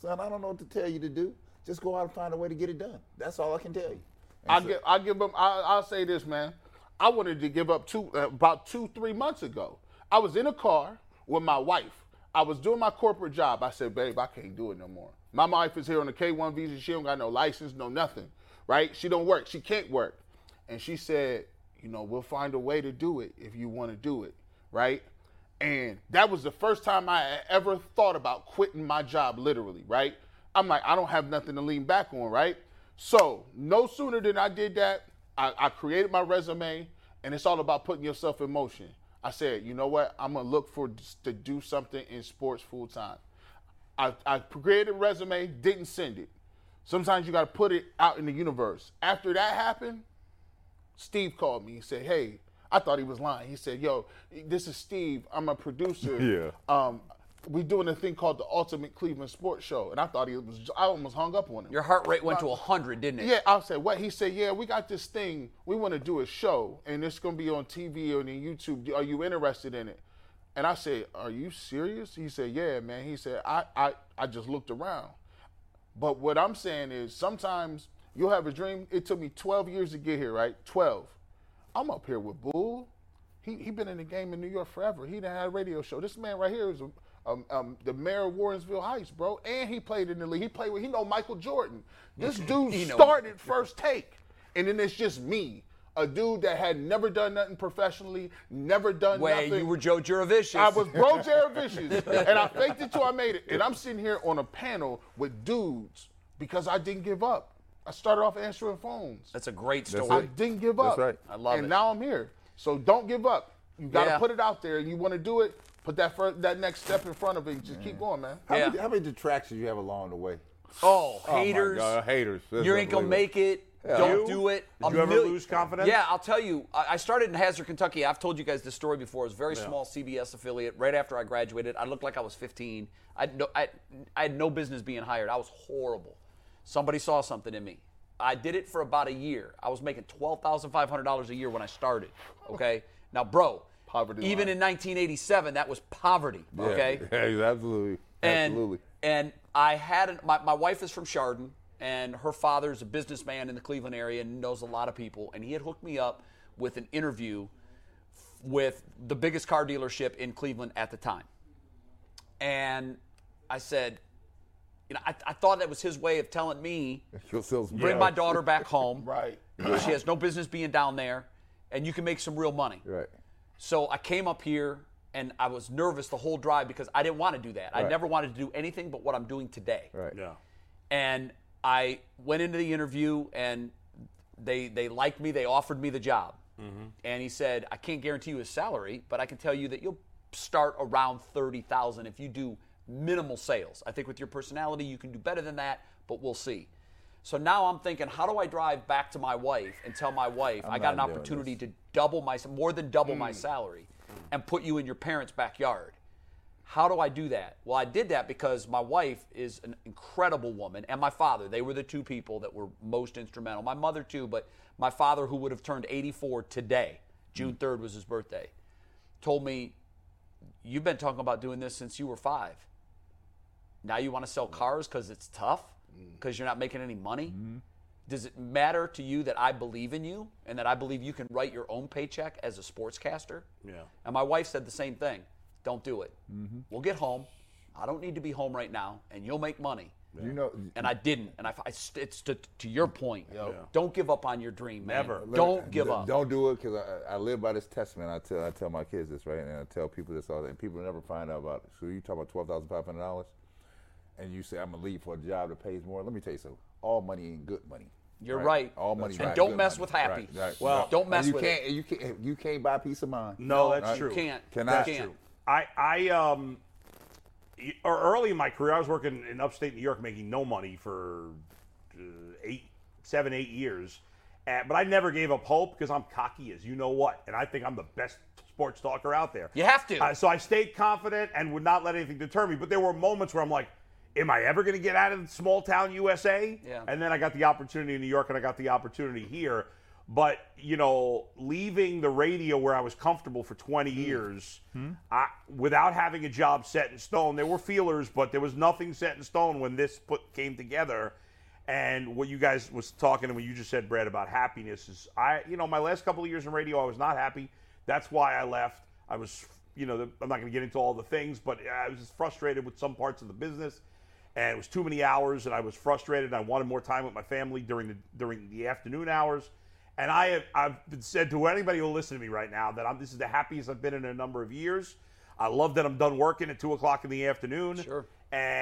[SPEAKER 1] son, I don't know what to tell you to do. Just go out and find a way to get it done. That's all I can tell you.
[SPEAKER 2] I give. I give them. I, I'll say this, man. I wanted to give up two uh, about two three months ago. I was in a car with my wife. I was doing my corporate job. I said, babe, I can't do it no more. My wife is here on the K one visa. She don't got no license, no nothing. Right? She don't work. She can't work. And she said, you know, we'll find a way to do it if you want to do it. Right? And that was the first time I had ever thought about quitting my job, literally, right? I'm like, I don't have nothing to lean back on, right? So, no sooner than I did that, I, I created my resume, and it's all about putting yourself in motion. I said, you know what? I'm gonna look for to do something in sports full time. I, I created a resume, didn't send it. Sometimes you gotta put it out in the universe. After that happened, Steve called me. He said, "Hey, I thought he was lying." He said, "Yo, this is Steve. I'm a producer.
[SPEAKER 1] Yeah.
[SPEAKER 2] Um, we doing a thing called the Ultimate Cleveland Sports Show, and I thought he was. I almost hung up on him.
[SPEAKER 3] Your heart rate went to 100, didn't it?
[SPEAKER 2] Yeah, I said what he said. Yeah, we got this thing. We want to do a show, and it's gonna be on TV and in YouTube. Are you interested in it? And I said, Are you serious? He said, Yeah, man. He said, I I, I just looked around. But what I'm saying is sometimes you'll have a dream. It took me 12 years to get here, right? 12. I'm up here with Bull. He he been in the game in New York forever. He done had a radio show. This man right here is a, um, um, the mayor of Warrensville Heights, bro. And he played in the league. He played with he know Michael Jordan. This dude
[SPEAKER 3] He know.
[SPEAKER 2] started first take, and then it's just me, a dude that had never done nothing professionally, never done
[SPEAKER 3] Way
[SPEAKER 2] nothing.
[SPEAKER 3] you were Joe Juravicious.
[SPEAKER 2] I was bro Jared Vicious, and I faked it till I made it. And I'm sitting here on a panel with dudes because I didn't give up. I started off answering phones.
[SPEAKER 3] That's a great story.
[SPEAKER 2] I didn't give up.
[SPEAKER 1] right.
[SPEAKER 3] I love
[SPEAKER 2] and
[SPEAKER 3] it.
[SPEAKER 2] And now I'm here. So don't give up. You got to
[SPEAKER 3] Yeah.
[SPEAKER 2] put it out there. You want to do it, put that first, that next step in front of it. and Just keep going, man.
[SPEAKER 1] How,
[SPEAKER 3] Yeah.
[SPEAKER 1] many, how many detractions you have along the way?
[SPEAKER 3] Oh,
[SPEAKER 1] Oh my
[SPEAKER 3] haters.
[SPEAKER 1] God, haters. That's
[SPEAKER 3] you ain't gonna
[SPEAKER 1] unbelievable.
[SPEAKER 3] make it.
[SPEAKER 7] You?
[SPEAKER 3] Don't do it.
[SPEAKER 7] Did you ever lose confidence?
[SPEAKER 3] Yeah, I'll tell you. I I started in Hazard, Kentucky. I've told you guys this story before. It was a very small CBS affiliate. Right after I graduated, I looked like I was 15. I had no, I, I had no business being hired. I was horrible. Somebody saw something in me. I did it for about a year. I was making twelve thousand five hundred dollars a year when I started. Okay, now, bro.
[SPEAKER 2] Poverty
[SPEAKER 3] Even
[SPEAKER 2] line.
[SPEAKER 3] in 1987, that was poverty. Okay.
[SPEAKER 1] Yeah, yeah, absolutely.
[SPEAKER 3] And,
[SPEAKER 1] absolutely.
[SPEAKER 3] And I had an, my, my wife is from Chardon, and her father's a businessman in the Cleveland area and knows a lot of people. And he had hooked me up with an interview with the biggest car dealership in Cleveland at the time. And I said, you know, I, I thought that was his way of telling me,
[SPEAKER 1] Your sales
[SPEAKER 3] bring my daughter back home.
[SPEAKER 2] Right.
[SPEAKER 3] She has no business being down there, and you can make some real money.
[SPEAKER 1] Right.
[SPEAKER 3] So I came up here and I was nervous the whole drive because I didn't want to do that. I
[SPEAKER 1] Right.
[SPEAKER 3] never wanted to do anything but what I'm doing today.
[SPEAKER 1] Right.
[SPEAKER 7] Yeah.
[SPEAKER 3] And I went into the interview and they they liked me. They offered me the job.
[SPEAKER 1] Mm-hmm.
[SPEAKER 3] And he said, I can't guarantee you a salary, but I can tell you that you'll start around thirty thousand if you do minimal sales. I think with your personality you can do better than that, but we'll see. So now I'm thinking, how do I drive back to my wife and tell my wife I got an
[SPEAKER 1] not doing Mm.
[SPEAKER 3] opportunity to double my more than double my salary and put you in your parents' backyard? How do I do that? Well, I did that because my wife is an incredible woman and my father. They were the two people that were most instrumental. My mother, too, but my father, who would have turned 84 today, June 3rd was his birthday, told me, You've been talking about doing this since you were five. Now you want to sell cars because it's tough,
[SPEAKER 1] Mm.
[SPEAKER 3] because you're not making any money?
[SPEAKER 1] Mm-hmm.
[SPEAKER 3] Does it matter to you that I believe in you and that I believe you can write your own paycheck as a sportscaster?
[SPEAKER 7] Yeah.
[SPEAKER 3] And my wife said the same thing. Don't do it.
[SPEAKER 1] Mm-hmm.
[SPEAKER 3] We'll get home. I don't need to be home right now, and you'll make money.
[SPEAKER 1] You know,
[SPEAKER 3] And I didn't. And I, I st- it's to, to your point. Don't give up on your dream, man.
[SPEAKER 7] Never.
[SPEAKER 3] Don't give up.
[SPEAKER 1] Don't do it because I, I live by this testament. I tell I tell my kids this right, and I tell people this all, the- and people never find out about it. So you talk about twelve thousand five hundred dollars, and you say I'm gonna leave for a job that pays more. Let me tell you something. All money ain't good money.
[SPEAKER 3] You're right.
[SPEAKER 1] All money.
[SPEAKER 3] That's
[SPEAKER 1] not
[SPEAKER 3] right. And don't
[SPEAKER 1] good
[SPEAKER 3] mess
[SPEAKER 1] money.
[SPEAKER 3] with happy.
[SPEAKER 1] Right, right.
[SPEAKER 7] Well-
[SPEAKER 1] Right.
[SPEAKER 3] Don't
[SPEAKER 1] And
[SPEAKER 3] mess
[SPEAKER 1] you
[SPEAKER 3] with
[SPEAKER 1] can't, You can't. You can't buy peace of mind.
[SPEAKER 7] No, that's
[SPEAKER 1] right.
[SPEAKER 7] true.
[SPEAKER 3] You can't.
[SPEAKER 1] Cannot.
[SPEAKER 3] You
[SPEAKER 1] That's
[SPEAKER 3] can't.
[SPEAKER 1] true.
[SPEAKER 7] I, I, um, e- or early in my career, I was working in upstate New York, making no money for uh, eight, seven, eight years. And, but I never gave up hope because I'm cocky as you know what, and I think I'm the best sports talker out there.
[SPEAKER 3] You have to.
[SPEAKER 7] Uh, so I stayed confident and would not let anything deter me. But there were moments where I'm like, "Am I ever going to get out of small town USA?"
[SPEAKER 3] Yeah.
[SPEAKER 7] And then I got the opportunity in New York, and I got the opportunity here. But you know, leaving the radio where I was comfortable for 20 years, I, without having a job set in stone, there were feelers, but there was nothing set in stone when this put came together. And what you guys was talking and what you just said, Brad, about happiness is I, you know, my last couple of years in radio, I was not happy. That's why I left. I was, you know, the, I'm not going to get into all the things, but I was just frustrated with some parts of the business, and it was too many hours, and I was frustrated. And I wanted more time with my family during the during the afternoon hours, and I have I've been said to anybody who will listen to me right now that I'm this is the happiest I've been in a number of years. I love that I'm done working at two o'clock in the afternoon.
[SPEAKER 3] Sure.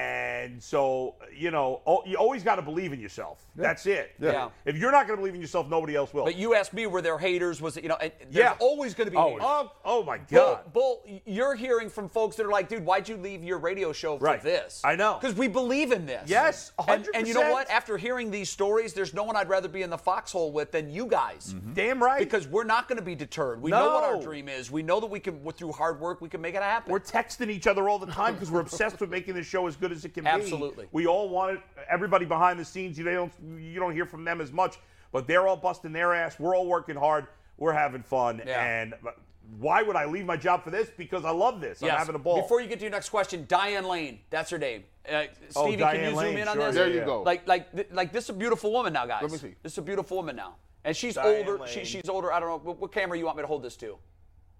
[SPEAKER 7] And so, you know, al- you always got to believe in yourself. That's it.
[SPEAKER 3] Yeah.
[SPEAKER 7] If you're not going to believe in yourself, nobody else will.
[SPEAKER 3] But you asked me, were there haters? Was it, you know, and there's
[SPEAKER 7] Yeah.
[SPEAKER 3] always going to be
[SPEAKER 7] Always.
[SPEAKER 3] haters.
[SPEAKER 7] Oh, oh my
[SPEAKER 3] Bull,
[SPEAKER 7] God.
[SPEAKER 3] Bull, you're hearing from folks that are like, dude, why'd you leave your radio show for
[SPEAKER 7] Right.
[SPEAKER 3] this?
[SPEAKER 7] I know.
[SPEAKER 3] Because we believe in this.
[SPEAKER 7] Yes,
[SPEAKER 3] And, and you know
[SPEAKER 7] 100%.
[SPEAKER 3] what? After hearing these stories, there's no one I'd rather be in the foxhole with than you guys.
[SPEAKER 7] Mm-hmm. Damn right.
[SPEAKER 3] Because we're not going to be deterred. We know what our
[SPEAKER 7] No.
[SPEAKER 3] dream is. We know that we can, through hard work, we can make it happen.
[SPEAKER 7] We're texting each other all the time because we're obsessed with making this show as good as it can be.
[SPEAKER 3] Absolutely.
[SPEAKER 7] We all want it. Everybody behind the scenes, you don't you don't hear from them as much, but they're all busting their ass. We're all working hard. We're having fun.
[SPEAKER 3] Yeah.
[SPEAKER 7] And uh, why would I leave my job for this? Because I love this. I'm
[SPEAKER 3] Yes.
[SPEAKER 7] having a ball.
[SPEAKER 3] Before you get to your next question, Diane Lane, that's her name. Uh,
[SPEAKER 2] Oh,
[SPEAKER 3] Stevie, can
[SPEAKER 7] Diane
[SPEAKER 3] you
[SPEAKER 7] Lane,
[SPEAKER 3] zoom in on
[SPEAKER 7] sure,
[SPEAKER 3] this?
[SPEAKER 7] yeah,
[SPEAKER 2] There you yeah. go.
[SPEAKER 3] Like, like, th- like this is a beautiful woman now, guys.
[SPEAKER 2] Let me see.
[SPEAKER 3] This is a beautiful woman now, and she's
[SPEAKER 7] Diane
[SPEAKER 3] older. She,
[SPEAKER 7] Lane.
[SPEAKER 3] she's older. I don't know what, what camera you want me to hold this to.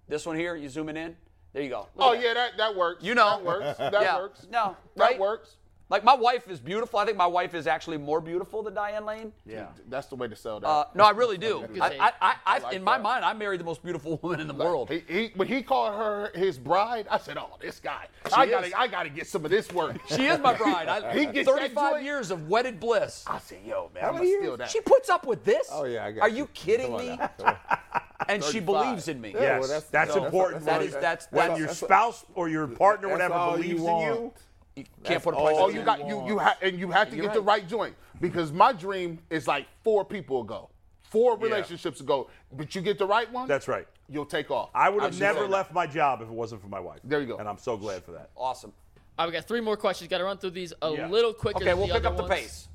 [SPEAKER 3] This one here. You zooming in? There you go. Look
[SPEAKER 2] Oh
[SPEAKER 3] at that.
[SPEAKER 2] yeah, that that works.
[SPEAKER 3] You know.
[SPEAKER 2] that works. That
[SPEAKER 3] Yeah.
[SPEAKER 2] works.
[SPEAKER 3] No,
[SPEAKER 2] that
[SPEAKER 3] right?
[SPEAKER 2] works.
[SPEAKER 3] Like my wife is beautiful. I think my wife is actually more beautiful than Diane Lane.
[SPEAKER 7] yeah.
[SPEAKER 2] That's the way to sell that.
[SPEAKER 3] Uh, no, I really do.
[SPEAKER 8] Good
[SPEAKER 3] I,
[SPEAKER 8] take.
[SPEAKER 3] I, I, I,
[SPEAKER 2] like
[SPEAKER 3] in my
[SPEAKER 2] that.
[SPEAKER 3] mind, I married the most beautiful woman in the world.
[SPEAKER 2] He, he, when he called her his bride, I said, "Oh, this guy! I
[SPEAKER 3] is.
[SPEAKER 2] gotta, I gotta get some of this work."
[SPEAKER 3] She is my bride. I,
[SPEAKER 2] He gets that
[SPEAKER 3] 35
[SPEAKER 2] joint.
[SPEAKER 3] years of wedded bliss.
[SPEAKER 2] I said, "Yo, man, I'm gonna steal that."
[SPEAKER 3] She puts up with this?
[SPEAKER 1] Oh yeah, I got
[SPEAKER 3] Are you kidding
[SPEAKER 1] Come on
[SPEAKER 3] me?
[SPEAKER 1] now. Come on.
[SPEAKER 3] And she
[SPEAKER 2] 35.
[SPEAKER 3] believes in me.
[SPEAKER 7] Yes,
[SPEAKER 1] well,
[SPEAKER 7] that's,
[SPEAKER 1] that's-
[SPEAKER 3] no,
[SPEAKER 7] important.
[SPEAKER 3] that's-
[SPEAKER 7] when-
[SPEAKER 3] that's-
[SPEAKER 7] when
[SPEAKER 3] that's-
[SPEAKER 7] your
[SPEAKER 1] that's-
[SPEAKER 7] spouse or your partner,
[SPEAKER 1] That's
[SPEAKER 7] whatever,
[SPEAKER 1] all you
[SPEAKER 7] believes in you.
[SPEAKER 1] want.
[SPEAKER 3] You can't put a price
[SPEAKER 1] all
[SPEAKER 2] Oh,
[SPEAKER 3] on
[SPEAKER 2] you
[SPEAKER 3] that.
[SPEAKER 2] got you you ha- and you have to
[SPEAKER 3] You're
[SPEAKER 2] get the
[SPEAKER 3] right.
[SPEAKER 2] right joint because my dream is like four people ago, four relationships ago. But you get the right one,
[SPEAKER 7] That's right.
[SPEAKER 2] You'll take off.
[SPEAKER 7] I would
[SPEAKER 2] I'm
[SPEAKER 7] have
[SPEAKER 2] just
[SPEAKER 7] never
[SPEAKER 2] saying
[SPEAKER 7] left my job if it wasn't for my wife.
[SPEAKER 2] There you go.
[SPEAKER 7] And I'm so glad for that.
[SPEAKER 3] Awesome.
[SPEAKER 8] All right, we got three more questions. Got to run through these a
[SPEAKER 7] Yeah.
[SPEAKER 8] little quicker.
[SPEAKER 3] Okay,
[SPEAKER 8] than
[SPEAKER 3] we'll pick
[SPEAKER 8] other
[SPEAKER 3] up the
[SPEAKER 8] ones.
[SPEAKER 3] pace.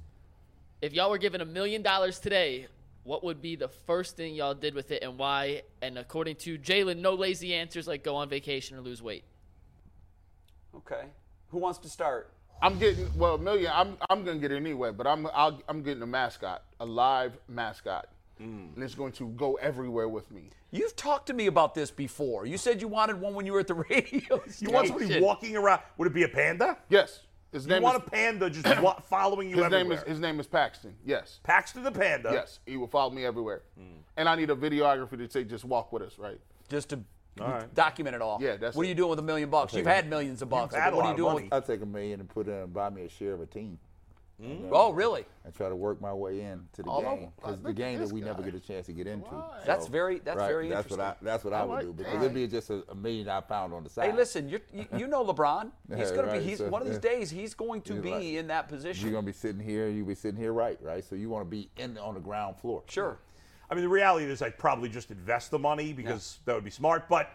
[SPEAKER 8] If y'all were given a million dollars today, what would be the first thing y'all did with it and why? And according to Jalen, no lazy answers like go on vacation or lose weight.
[SPEAKER 3] Okay. Who wants to start?
[SPEAKER 2] I'm getting well, a million. I'm I'm gonna get it anyway, but I'm I'll, I'm getting a mascot, a live mascot,
[SPEAKER 7] Mm.
[SPEAKER 2] and it's going to go everywhere with me.
[SPEAKER 3] You've talked to me about this before. You said you wanted one when you were at the radio.
[SPEAKER 7] You want somebody walking around? Would it be a panda?
[SPEAKER 2] Yes, his
[SPEAKER 7] You
[SPEAKER 2] name
[SPEAKER 7] want
[SPEAKER 2] is
[SPEAKER 7] a panda just wa- following you
[SPEAKER 2] his
[SPEAKER 7] everywhere?
[SPEAKER 2] name is his name is Paxton. Yes,
[SPEAKER 7] Paxton the panda.
[SPEAKER 2] yes, he will follow me everywhere,
[SPEAKER 7] Mm.
[SPEAKER 2] and I need a videographer to say just walk with us, right?
[SPEAKER 3] Just to document it all.
[SPEAKER 2] Yeah, that's
[SPEAKER 3] What are
[SPEAKER 2] it.
[SPEAKER 3] you doing with a million bucks? You've had millions of bucks.
[SPEAKER 7] You've had
[SPEAKER 3] but what
[SPEAKER 7] a
[SPEAKER 3] are
[SPEAKER 7] lot
[SPEAKER 3] you
[SPEAKER 7] of
[SPEAKER 3] doing?
[SPEAKER 7] money.
[SPEAKER 1] I'll take a million and put in and buy me a share of a team. And then-
[SPEAKER 3] with- Oh, really?
[SPEAKER 1] And try to work my way into the
[SPEAKER 2] Oh,
[SPEAKER 1] game because
[SPEAKER 2] look
[SPEAKER 1] the
[SPEAKER 2] at
[SPEAKER 1] game that
[SPEAKER 2] this
[SPEAKER 1] we never
[SPEAKER 2] guy.
[SPEAKER 1] get a chance to get into.
[SPEAKER 3] That's very- that's very
[SPEAKER 1] that's What I,
[SPEAKER 3] interesting.
[SPEAKER 1] that's what I, would
[SPEAKER 2] like
[SPEAKER 1] do because
[SPEAKER 2] that.
[SPEAKER 1] it'd be just a, a million I found on the side.
[SPEAKER 3] Hey, listen, you're, you you know LeBron. He's
[SPEAKER 1] Yeah,
[SPEAKER 3] gonna
[SPEAKER 1] right,
[SPEAKER 3] be. He's
[SPEAKER 1] so-
[SPEAKER 3] one of these
[SPEAKER 1] yeah.
[SPEAKER 3] days. He's going to
[SPEAKER 1] You're
[SPEAKER 3] be
[SPEAKER 1] right.
[SPEAKER 3] in that position.
[SPEAKER 1] You're gonna be sitting here. You be sitting here, right? Right. So you want to be in on the ground floor.
[SPEAKER 3] sure.
[SPEAKER 7] I mean, the reality is I'd probably just invest the money because that would be smart, but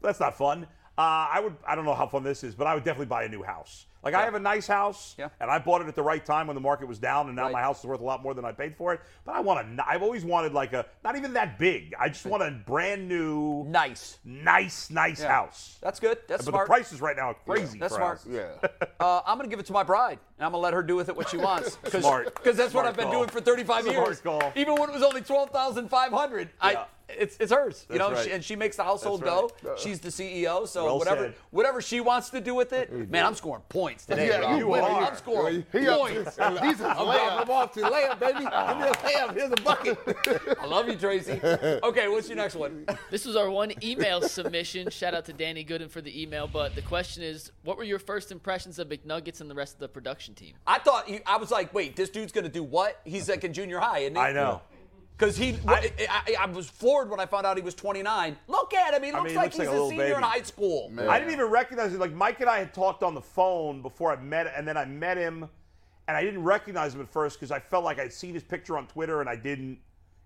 [SPEAKER 7] that's not fun. Uh, I would. I don't know how fun this is, but I would definitely buy a new house. Like I have a nice house,
[SPEAKER 3] Yeah.
[SPEAKER 7] and I bought it at the right time when the market was down, and now
[SPEAKER 3] Right.
[SPEAKER 7] my house is worth a lot more than I paid for it. But I want a. ni- I've always wanted like a not even that big. I just want a brand new,
[SPEAKER 3] Nice.
[SPEAKER 7] nice, nice house.
[SPEAKER 3] That's good. That's
[SPEAKER 7] but
[SPEAKER 3] smart.
[SPEAKER 7] the prices right now are crazy.
[SPEAKER 3] That's
[SPEAKER 7] for
[SPEAKER 3] smart.
[SPEAKER 7] houses.
[SPEAKER 2] Yeah.
[SPEAKER 3] Uh, I'm going to give it to my bride, and I'm going to let her do with it what she wants. Cause,
[SPEAKER 7] Smart.
[SPEAKER 3] Because that's what
[SPEAKER 7] Smart
[SPEAKER 3] I've been
[SPEAKER 7] call.
[SPEAKER 3] doing for 35
[SPEAKER 7] Smart
[SPEAKER 3] years.
[SPEAKER 7] call.
[SPEAKER 3] Even when it was only 12,500,
[SPEAKER 7] Yeah.
[SPEAKER 3] I it's it's hers. you
[SPEAKER 7] That's
[SPEAKER 3] know,
[SPEAKER 7] right.
[SPEAKER 3] she, and she makes the household
[SPEAKER 7] That's right.
[SPEAKER 3] go.
[SPEAKER 1] Uh-huh.
[SPEAKER 3] She's the CEO, so
[SPEAKER 7] Well
[SPEAKER 3] whatever
[SPEAKER 7] said.
[SPEAKER 3] whatever she wants to do with it.
[SPEAKER 1] Mm-hmm.
[SPEAKER 3] Man, I'm scoring points today.
[SPEAKER 2] Yeah,
[SPEAKER 3] bro.
[SPEAKER 2] you winning.
[SPEAKER 3] I'm scoring
[SPEAKER 2] He up to-
[SPEAKER 3] points.
[SPEAKER 2] These
[SPEAKER 1] I'm
[SPEAKER 2] are
[SPEAKER 1] dropping
[SPEAKER 2] layups.
[SPEAKER 1] them off to the layup, baby. Give me a layup. Here's a bucket.
[SPEAKER 3] I love you, Tracy. Okay, what's your next one?
[SPEAKER 8] This was our one email submission. Shout out to Danny Gooden for the email. But the question is, what were your first impressions of McNuggets and the rest of the production team?
[SPEAKER 3] I thought he, I was like, wait, this dude's going to do what? He's like in junior high, isn't he?
[SPEAKER 7] I know.
[SPEAKER 3] Because he, I, I, I was floored when I found out he was 29. Look at him. He looks
[SPEAKER 7] mean, he
[SPEAKER 3] like
[SPEAKER 7] looks
[SPEAKER 3] he's
[SPEAKER 7] like
[SPEAKER 3] a,
[SPEAKER 7] a little
[SPEAKER 3] senior in
[SPEAKER 7] baby.
[SPEAKER 3] high school.
[SPEAKER 7] I didn't even recognize it. Like Mike and I had talked on the phone before I met, and then I met him, and I didn't recognize him at first because I felt like I'd seen his picture on Twitter, and I didn't.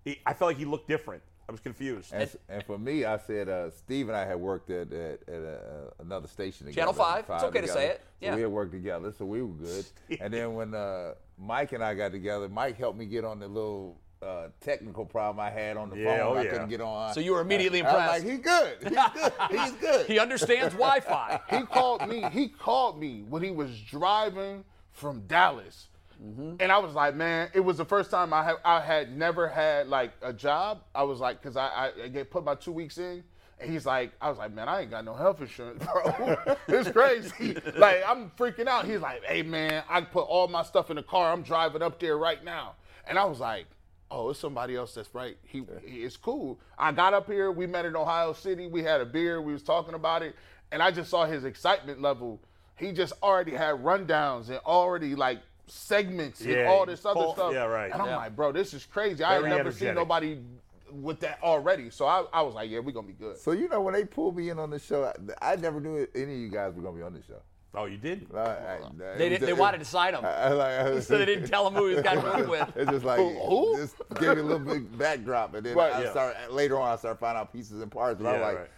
[SPEAKER 7] He, I felt like he looked different. I was confused.
[SPEAKER 1] And, and for me, I said uh, Steve and I had worked at at, at uh, another station together.
[SPEAKER 3] Channel five. It's okay to
[SPEAKER 1] together.
[SPEAKER 3] say it.
[SPEAKER 1] So
[SPEAKER 3] Yeah.
[SPEAKER 1] we had worked together, so we were good. and then when uh, Mike and I got together, Mike helped me get on the little uh, technical problem I had on the
[SPEAKER 7] Yeah,
[SPEAKER 1] phone.
[SPEAKER 7] oh,
[SPEAKER 1] I
[SPEAKER 7] yeah.
[SPEAKER 1] couldn't get on.
[SPEAKER 3] So you were immediately
[SPEAKER 1] I was
[SPEAKER 3] impressed.
[SPEAKER 1] like, he good. He's good. He's good.
[SPEAKER 3] he understands Wi-Fi.
[SPEAKER 2] he called me. He called me when he was driving from Dallas, and I was like, man, it was the first time I have I had never had like a job. I was like, cause I I, I get put my two weeks in. And he's like, I was like, man, I ain't got no health insurance, bro. it's crazy. like, I'm freaking out. He's like, hey, man, I put all my stuff in the car. I'm driving up there right now. And I was like, oh, it's somebody else that's right. He, he it's cool. I got up here. We met in Ohio City. We had a beer. We was talking about it, and I just saw his excitement level. He just already had rundowns and already like segments and
[SPEAKER 7] Yeah,
[SPEAKER 2] all this other
[SPEAKER 7] Paul-
[SPEAKER 2] stuff.
[SPEAKER 7] yeah, right.
[SPEAKER 2] And I'm
[SPEAKER 7] Yeah.
[SPEAKER 2] like, bro, this is crazy. I ain't
[SPEAKER 7] Very
[SPEAKER 2] never seen
[SPEAKER 7] energetic.
[SPEAKER 2] nobody with that already. So I, I was like, yeah, we're gonna be good.
[SPEAKER 1] So you know when they pulled me in on the show, I, I never knew any of you guys were gonna be on the show.
[SPEAKER 7] Oh, you did.
[SPEAKER 1] I- I- it
[SPEAKER 3] They,
[SPEAKER 1] was
[SPEAKER 3] did,
[SPEAKER 1] just-
[SPEAKER 3] they wanted to sign him,
[SPEAKER 1] I- I like- I was-
[SPEAKER 3] so they didn't tell him who he was got to work with.
[SPEAKER 1] It's just like
[SPEAKER 2] Who- who?
[SPEAKER 1] just gave me a little bit backdrop, and then
[SPEAKER 2] Right,
[SPEAKER 1] I
[SPEAKER 7] yeah.
[SPEAKER 1] started, later on I started finding out pieces and parts. But I'm
[SPEAKER 7] Yeah,
[SPEAKER 1] like,
[SPEAKER 7] right.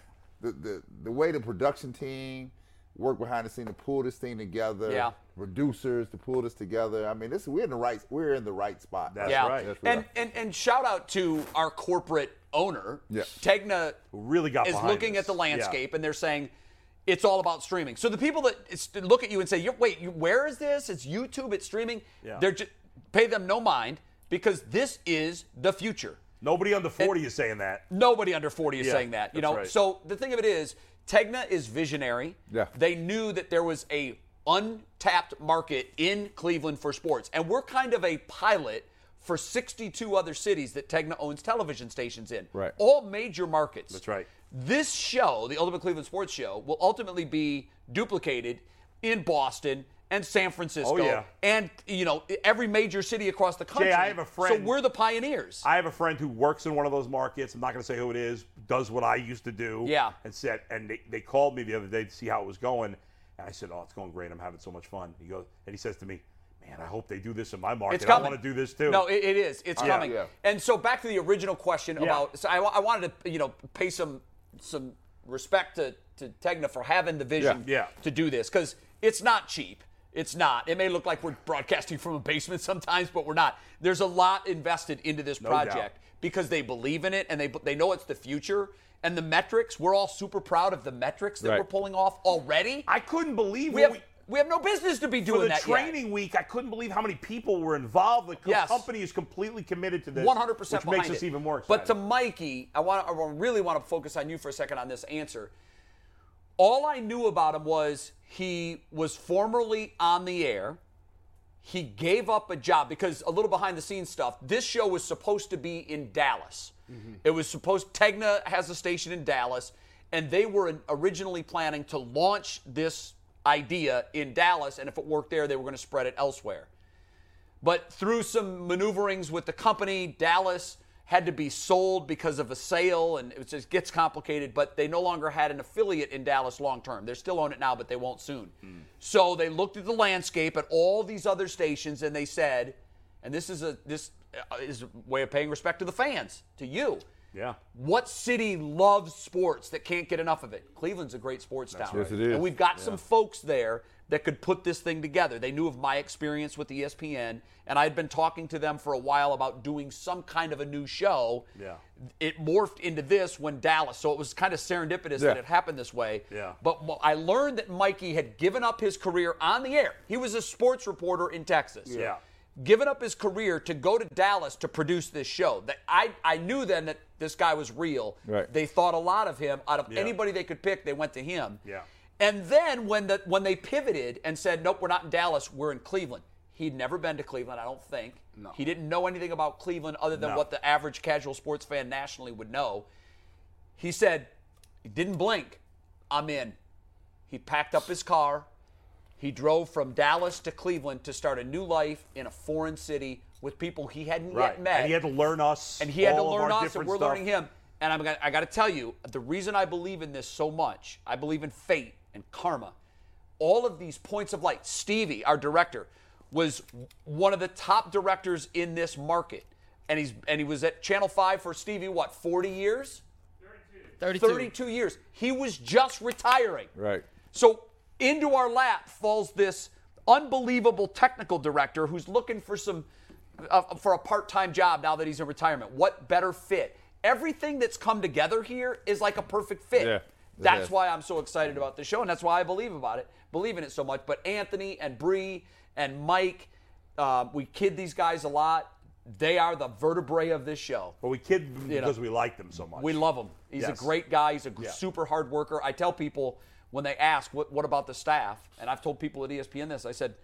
[SPEAKER 1] the, the the way the production team worked behind the scene to pull this thing together,
[SPEAKER 3] Yeah.
[SPEAKER 1] producers to pull this together. I mean, this we're in the right we're in the right spot.
[SPEAKER 7] That's
[SPEAKER 3] yeah.
[SPEAKER 7] right.
[SPEAKER 1] That's
[SPEAKER 3] and,
[SPEAKER 1] right.
[SPEAKER 3] and and shout out to our corporate owner.
[SPEAKER 1] Yeah.
[SPEAKER 3] Tegna
[SPEAKER 7] Really got
[SPEAKER 3] is
[SPEAKER 7] behind
[SPEAKER 3] looking
[SPEAKER 7] this.
[SPEAKER 3] at the
[SPEAKER 7] Yeah.
[SPEAKER 3] landscape and they're saying it's all about streaming. So the people that is- look at you and say, "You- "Wait, you, where is this? It's YouTube. It's streaming."
[SPEAKER 7] Yeah.
[SPEAKER 3] They're just pay them no mind because this is the future.
[SPEAKER 7] Nobody under 40 is saying that.
[SPEAKER 3] Nobody under 40 is
[SPEAKER 7] Yeah,
[SPEAKER 3] saying that, you
[SPEAKER 7] that's
[SPEAKER 3] know.
[SPEAKER 7] right.
[SPEAKER 3] So the thing of it is, Tegna is visionary.
[SPEAKER 1] Yeah.
[SPEAKER 3] They knew that there was a untapped market in Cleveland for sports, and we're kind of a pilot for 62 other cities that Tegna owns television stations in.
[SPEAKER 1] Right.
[SPEAKER 3] All major markets.
[SPEAKER 7] That's right.
[SPEAKER 3] This show, the Ultimate Cleveland Sports Show, will ultimately be duplicated in Boston and San Francisco
[SPEAKER 7] Oh, yeah.
[SPEAKER 3] and you know every major city across the country.
[SPEAKER 7] I have a friend-
[SPEAKER 3] So we're the pioneers.
[SPEAKER 7] I have a friend who works in one of those markets. I'm not going to say who it is. Does what I used to do.
[SPEAKER 3] Yeah.
[SPEAKER 7] And said, and they, they called me the other day to see how it was going, and I said, "Oh, it's going great. I'm having so much fun." He goes, and he says to me, "Man, I hope they do this in my market.
[SPEAKER 3] It's coming.
[SPEAKER 7] I want to do this too."
[SPEAKER 3] No, it, it is. It's coming.
[SPEAKER 2] yeah.
[SPEAKER 3] And so back to the original question about. So I, wa- I wanted to you know pay some some respect to to Tegna for having the vision
[SPEAKER 7] Yeah. Yeah.
[SPEAKER 3] to do this because it's not cheap. It's not. It may look like we're broadcasting from a basement sometimes, but we're not. There's a lot invested into this
[SPEAKER 7] doubt.
[SPEAKER 3] project because they believe in it and they they know it's the future. And the metrics, we're all super proud of the metrics that
[SPEAKER 1] Right.
[SPEAKER 3] we're pulling off already.
[SPEAKER 7] I couldn't believe
[SPEAKER 3] we
[SPEAKER 7] what
[SPEAKER 3] have we, have no business to be
[SPEAKER 7] for
[SPEAKER 3] doing
[SPEAKER 7] the
[SPEAKER 3] that yet.
[SPEAKER 7] training week. I couldn't believe how many people were involved. The co-
[SPEAKER 3] Yes.
[SPEAKER 7] company is completely committed to this.
[SPEAKER 3] One hundred percent,
[SPEAKER 7] which makes us even more excited.
[SPEAKER 3] But to Mikey, I want I really want to focus on you for a second on this answer. All I knew about him was he was formerly on the air. He gave up a job because a little behind the scenes stuff. This show was supposed to be in Dallas.
[SPEAKER 7] Mm-hmm.
[SPEAKER 3] It was supposed Tegna has a station in Dallas, and they were originally planning to launch this idea in Dallas, and if it worked there, they were going to spread it elsewhere but through some maneuverings with the company, Dallas had to be sold because of a sale, and it just gets complicated. But they no longer had an affiliate in Dallas long term. They're still on it now, but they won't soon. So they looked at the landscape at all these other stations, and they said, and this is a this uh, is a way of paying respect to the fans, to you.
[SPEAKER 7] yeah,
[SPEAKER 3] What city loves sports that can't get enough of it? Cleveland's a great sports town.
[SPEAKER 1] right. Yes, it is.
[SPEAKER 3] And we've got some folks there that could put this thing together. They knew of my experience with E ESPN, and I had been talking to them for a while about doing some kind of a new show.
[SPEAKER 7] Yeah.
[SPEAKER 3] It morphed into this when Dallas, so it was kind of serendipitous that
[SPEAKER 1] Yeah.
[SPEAKER 3] it happened this way.
[SPEAKER 7] Yeah.
[SPEAKER 3] But mo- I learned that Mikey had given up his career on the air. He was a sports reporter in Texas
[SPEAKER 7] Yeah.
[SPEAKER 3] given up his career to go to Dallas to produce this show. That I, I knew then that this guy was real.
[SPEAKER 1] Right.
[SPEAKER 3] They thought a lot of him. Out of
[SPEAKER 7] Yeah.
[SPEAKER 3] anybody they could pick, they went to him.
[SPEAKER 7] Yeah.
[SPEAKER 3] And then when the when they pivoted and said, Nope, we're not in Dallas, we're in Cleveland. He'd never been to Cleveland, I don't think. No. He didn't know anything about Cleveland other than
[SPEAKER 7] No.
[SPEAKER 3] what the average casual sports fan nationally would know. He said, he didn't blink. I'm in. He packed up his car. He drove from Dallas to Cleveland to start a new life in a foreign city with people he hadn't yet met.
[SPEAKER 7] And he had to learn us.
[SPEAKER 3] And he had to
[SPEAKER 7] all of
[SPEAKER 3] learn
[SPEAKER 7] our
[SPEAKER 3] us, and
[SPEAKER 7] different
[SPEAKER 3] we're
[SPEAKER 7] stuff.
[SPEAKER 3] learning him. And I'm gonna, I got to tell you, the reason I believe in this so much, I believe in fate and karma. All of these points of light. Stevie, our director, was one of the top directors in this market, and he's and he was at Channel Five for Stevie what 40 years,
[SPEAKER 8] 32.
[SPEAKER 3] 32 years. He was just retiring.
[SPEAKER 1] right.
[SPEAKER 3] So into our lap falls this unbelievable technical director who's looking for some uh, for a part-time job now that he's in retirement. What better fit? Everything that's come together here is like a perfect fit.
[SPEAKER 1] Yeah, it
[SPEAKER 3] That's
[SPEAKER 1] is.
[SPEAKER 3] why I'm so excited about this show, and that's why I believe about it, believe in it so much. But Anthony and Bree and Mike, uh, we kid these guys a lot. They are the vertebrae of this show.
[SPEAKER 7] But we kid them
[SPEAKER 3] You know.
[SPEAKER 7] because we like them so much.
[SPEAKER 3] We love him. He's a
[SPEAKER 7] Yes.
[SPEAKER 3] great guy. He's a
[SPEAKER 7] Yeah.
[SPEAKER 3] super hard worker. E I tell people when they ask, what, what about the staff? And I've told people at ESPN this, I said,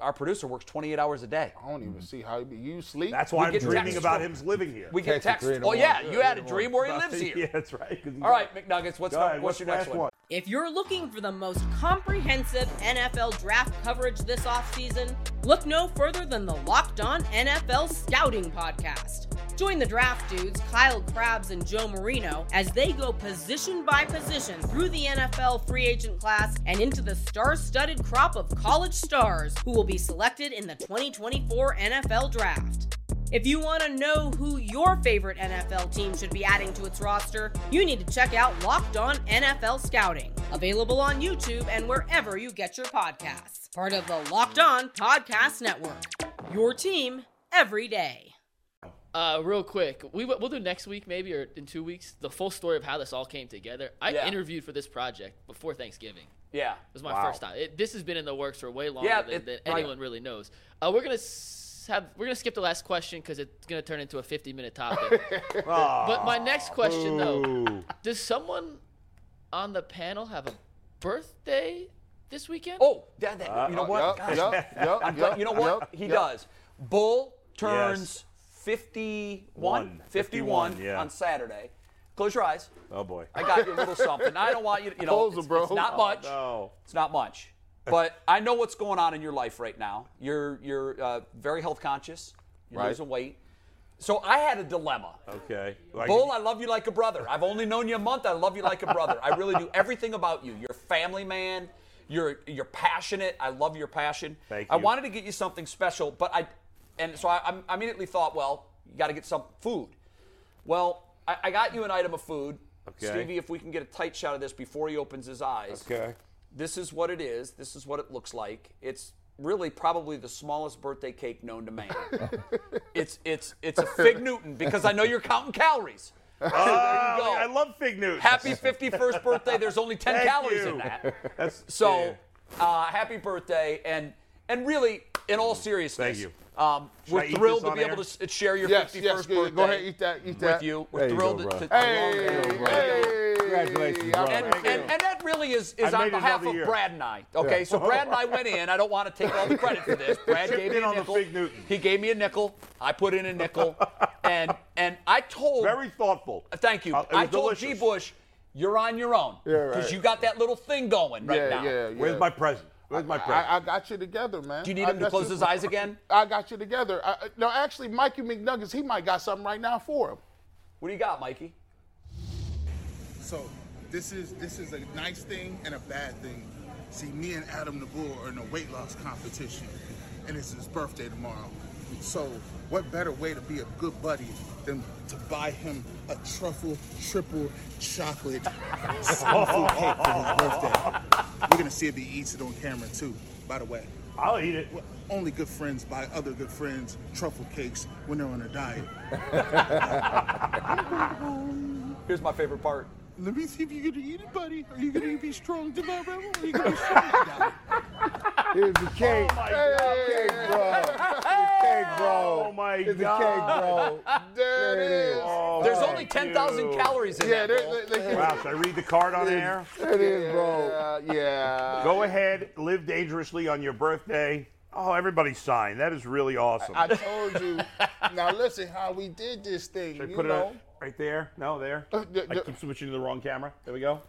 [SPEAKER 3] Our producer works 28 hours a day.
[SPEAKER 2] I don't even see how you, you sleep.
[SPEAKER 7] That's why I'm
[SPEAKER 3] get
[SPEAKER 7] dreaming
[SPEAKER 3] texts
[SPEAKER 7] about
[SPEAKER 3] from-
[SPEAKER 7] him living here.
[SPEAKER 3] We get
[SPEAKER 1] Text at
[SPEAKER 3] texts.
[SPEAKER 1] three in the
[SPEAKER 3] Oh, yeah,
[SPEAKER 1] morning.
[SPEAKER 3] you had a dream where he lives here.
[SPEAKER 7] yeah, that's right. 'cause he's-
[SPEAKER 3] All right, McNuggets, what's,
[SPEAKER 7] Go ahead,
[SPEAKER 3] what's your next
[SPEAKER 7] last
[SPEAKER 3] one?
[SPEAKER 9] If you're looking for the most comprehensive NFL draft coverage this offseason, look no further than the Locked On NFL Scouting Podcast. Join the draft dudes, Kyle Krabs and Joe Marino, as they go position by position through the NFL free agent class and into the star studded crop of college stars who will be selected in the 2024 NFL Draft. If you want to know who your favorite NFL team should be adding to its roster, you need to check out Locked On NFL Scouting, available on YouTube and wherever you get your podcasts. Part of the Locked On Podcast Network. Your team every day.
[SPEAKER 8] Uh, real quick, we w- we'll do next week maybe or in two weeks the full story of how this all came together. I
[SPEAKER 3] Yeah.
[SPEAKER 8] interviewed for this project before Thanksgiving. It
[SPEAKER 3] Yeah.
[SPEAKER 8] was my first time. It, this has been in the works for way longer
[SPEAKER 3] Yeah,
[SPEAKER 8] than,
[SPEAKER 3] it-
[SPEAKER 8] than
[SPEAKER 3] right.
[SPEAKER 8] anyone really knows. Uh, we're gonna s- have we're gonna skip the last question because it's gonna turn into a 50 minute topic. but my next question though, does someone on the panel have a birthday this weekend?
[SPEAKER 3] Oh, that, that, you know what?
[SPEAKER 2] Yup,
[SPEAKER 3] Gosh,
[SPEAKER 2] yup, yup,
[SPEAKER 3] I'm glad-
[SPEAKER 2] yup,
[SPEAKER 3] you know what?
[SPEAKER 2] yup,
[SPEAKER 3] he
[SPEAKER 2] yup.
[SPEAKER 3] does. Bull turns
[SPEAKER 7] Yes.
[SPEAKER 3] 51,
[SPEAKER 7] One.
[SPEAKER 3] 51,
[SPEAKER 7] 51, yeah.
[SPEAKER 3] on Saturday. Close your eyes.
[SPEAKER 7] Oh boy.
[SPEAKER 3] I got you a little something. I don't want you to, you know,
[SPEAKER 2] Close
[SPEAKER 3] it's,
[SPEAKER 2] it, bro.
[SPEAKER 3] it's not much.
[SPEAKER 7] No.
[SPEAKER 3] It's not much. But I know what's going on in your life right now. You're you're uh, very health conscious. You're
[SPEAKER 2] Right.
[SPEAKER 3] losing weight. So I had a dilemma.
[SPEAKER 7] Okay. Like,
[SPEAKER 3] Bull, I love you like a brother. I've only known you a month. I love you like a brother. I really do everything about you. You're a family man. You're you're passionate. I love your passion.
[SPEAKER 7] Thank
[SPEAKER 3] I
[SPEAKER 7] you.
[SPEAKER 3] wanted to get you something special, but I, and so I, I'm- I immediately thought, well, you got to get some food. Well, I, I got you an item of food.
[SPEAKER 7] Okay.
[SPEAKER 3] Stevie, if we can get a tight shot of this before he opens his eyes.
[SPEAKER 1] Okay.
[SPEAKER 3] This is what it is. This is what it looks like. It's really probably the smallest birthday cake known to man. it's it's it's a fig Newton because I know you're counting calories.
[SPEAKER 7] Ah,
[SPEAKER 3] you go.
[SPEAKER 7] I love fig Newtons.
[SPEAKER 3] Happy 51st birthday. There's only 10
[SPEAKER 7] Thank
[SPEAKER 3] calories
[SPEAKER 7] you.
[SPEAKER 3] in that.
[SPEAKER 7] That's
[SPEAKER 3] So, uh, happy birthday, and and really, in all seriousness,
[SPEAKER 7] Thank you.
[SPEAKER 3] Um,
[SPEAKER 7] I
[SPEAKER 3] we're
[SPEAKER 7] eat
[SPEAKER 3] thrilled
[SPEAKER 7] this
[SPEAKER 3] to
[SPEAKER 7] on
[SPEAKER 3] be
[SPEAKER 7] air?
[SPEAKER 3] able to s- share your
[SPEAKER 2] Yes,
[SPEAKER 3] 51st
[SPEAKER 2] yes. Go
[SPEAKER 3] birthday
[SPEAKER 2] go ahead, eat that, eat that.
[SPEAKER 3] with you.
[SPEAKER 1] There
[SPEAKER 3] We're
[SPEAKER 1] you go,
[SPEAKER 3] thrilled
[SPEAKER 1] bro.
[SPEAKER 3] to, to
[SPEAKER 2] Hey, hey,
[SPEAKER 1] Congratulations, bro.
[SPEAKER 2] I'm ready.
[SPEAKER 3] and,
[SPEAKER 7] Thank
[SPEAKER 3] and,
[SPEAKER 7] you.
[SPEAKER 3] and that really is,
[SPEAKER 7] I
[SPEAKER 3] is
[SPEAKER 7] made
[SPEAKER 3] on
[SPEAKER 7] it
[SPEAKER 3] behalf
[SPEAKER 7] another
[SPEAKER 3] of
[SPEAKER 7] year.
[SPEAKER 3] Brad and I. Okay, so Brad and I went in. I don't want to take all the credit for this. Brad
[SPEAKER 7] Chipped
[SPEAKER 3] gave me
[SPEAKER 7] in
[SPEAKER 3] a
[SPEAKER 7] on the
[SPEAKER 3] nickel.
[SPEAKER 7] Fig Newton.
[SPEAKER 3] He gave me a nickel. I put in a nickel, and and I told
[SPEAKER 7] very thoughtful.
[SPEAKER 3] Thank you.
[SPEAKER 7] Uh, it was
[SPEAKER 3] I told G.
[SPEAKER 7] delicious.
[SPEAKER 3] Bush, you're on your own because
[SPEAKER 2] right.
[SPEAKER 3] you got that little thing going right
[SPEAKER 2] Yeah,
[SPEAKER 3] now.
[SPEAKER 2] yeah, yeah.
[SPEAKER 7] Where's my present? Where's my present?
[SPEAKER 2] I, I got you together, man.
[SPEAKER 3] Do you need
[SPEAKER 2] I
[SPEAKER 3] him to
[SPEAKER 2] got
[SPEAKER 3] close
[SPEAKER 2] you-
[SPEAKER 3] his eyes again?
[SPEAKER 2] I got you together. I, I- no, actually, Mikey McNuggets, he might got something right now for him.
[SPEAKER 3] What do you got, Mikey?
[SPEAKER 10] So this is this is a nice thing and a bad thing. See, me and Adam the Bull are in a weight loss competition, and it's his birthday tomorrow. So what better way to be a good buddy than to buy him a truffle triple chocolate spoonful cake for his birthday? We're gonna see if he eats it on camera too. By the way,
[SPEAKER 7] I'll eat it.
[SPEAKER 10] only good friends buy other good friends truffle cakes when they're on a diet.
[SPEAKER 3] Here's my favorite part.
[SPEAKER 10] Let me see if you're gonna eat it, buddy. Are you gonna be strong tomorrow? Are you gonna be strong today?
[SPEAKER 1] Here's the
[SPEAKER 3] Oh
[SPEAKER 1] cake.
[SPEAKER 7] Oh, my
[SPEAKER 1] Hey, cake, bro. The cake, bro.
[SPEAKER 7] Oh, my
[SPEAKER 1] It's
[SPEAKER 7] God.
[SPEAKER 1] the cake, bro.
[SPEAKER 2] There it is.
[SPEAKER 7] Oh,
[SPEAKER 3] There's
[SPEAKER 7] thank
[SPEAKER 3] only 10,000
[SPEAKER 7] you.
[SPEAKER 3] calories in
[SPEAKER 2] Yeah,
[SPEAKER 3] that.
[SPEAKER 2] there,
[SPEAKER 3] bowl.
[SPEAKER 2] there- there-
[SPEAKER 7] Wow, should I read the card on air?
[SPEAKER 1] It is, bro.
[SPEAKER 2] Uh, yeah.
[SPEAKER 7] Go ahead, live dangerously on your birthday. Oh, everybody sign. That is really awesome.
[SPEAKER 2] I told you. Now listen, how we did this thing.
[SPEAKER 7] Should I
[SPEAKER 2] you
[SPEAKER 7] put it
[SPEAKER 2] know.
[SPEAKER 7] on- right there? No, there.
[SPEAKER 2] Uh, d-
[SPEAKER 7] I
[SPEAKER 2] d-
[SPEAKER 7] keep switching to the wrong camera. There we go.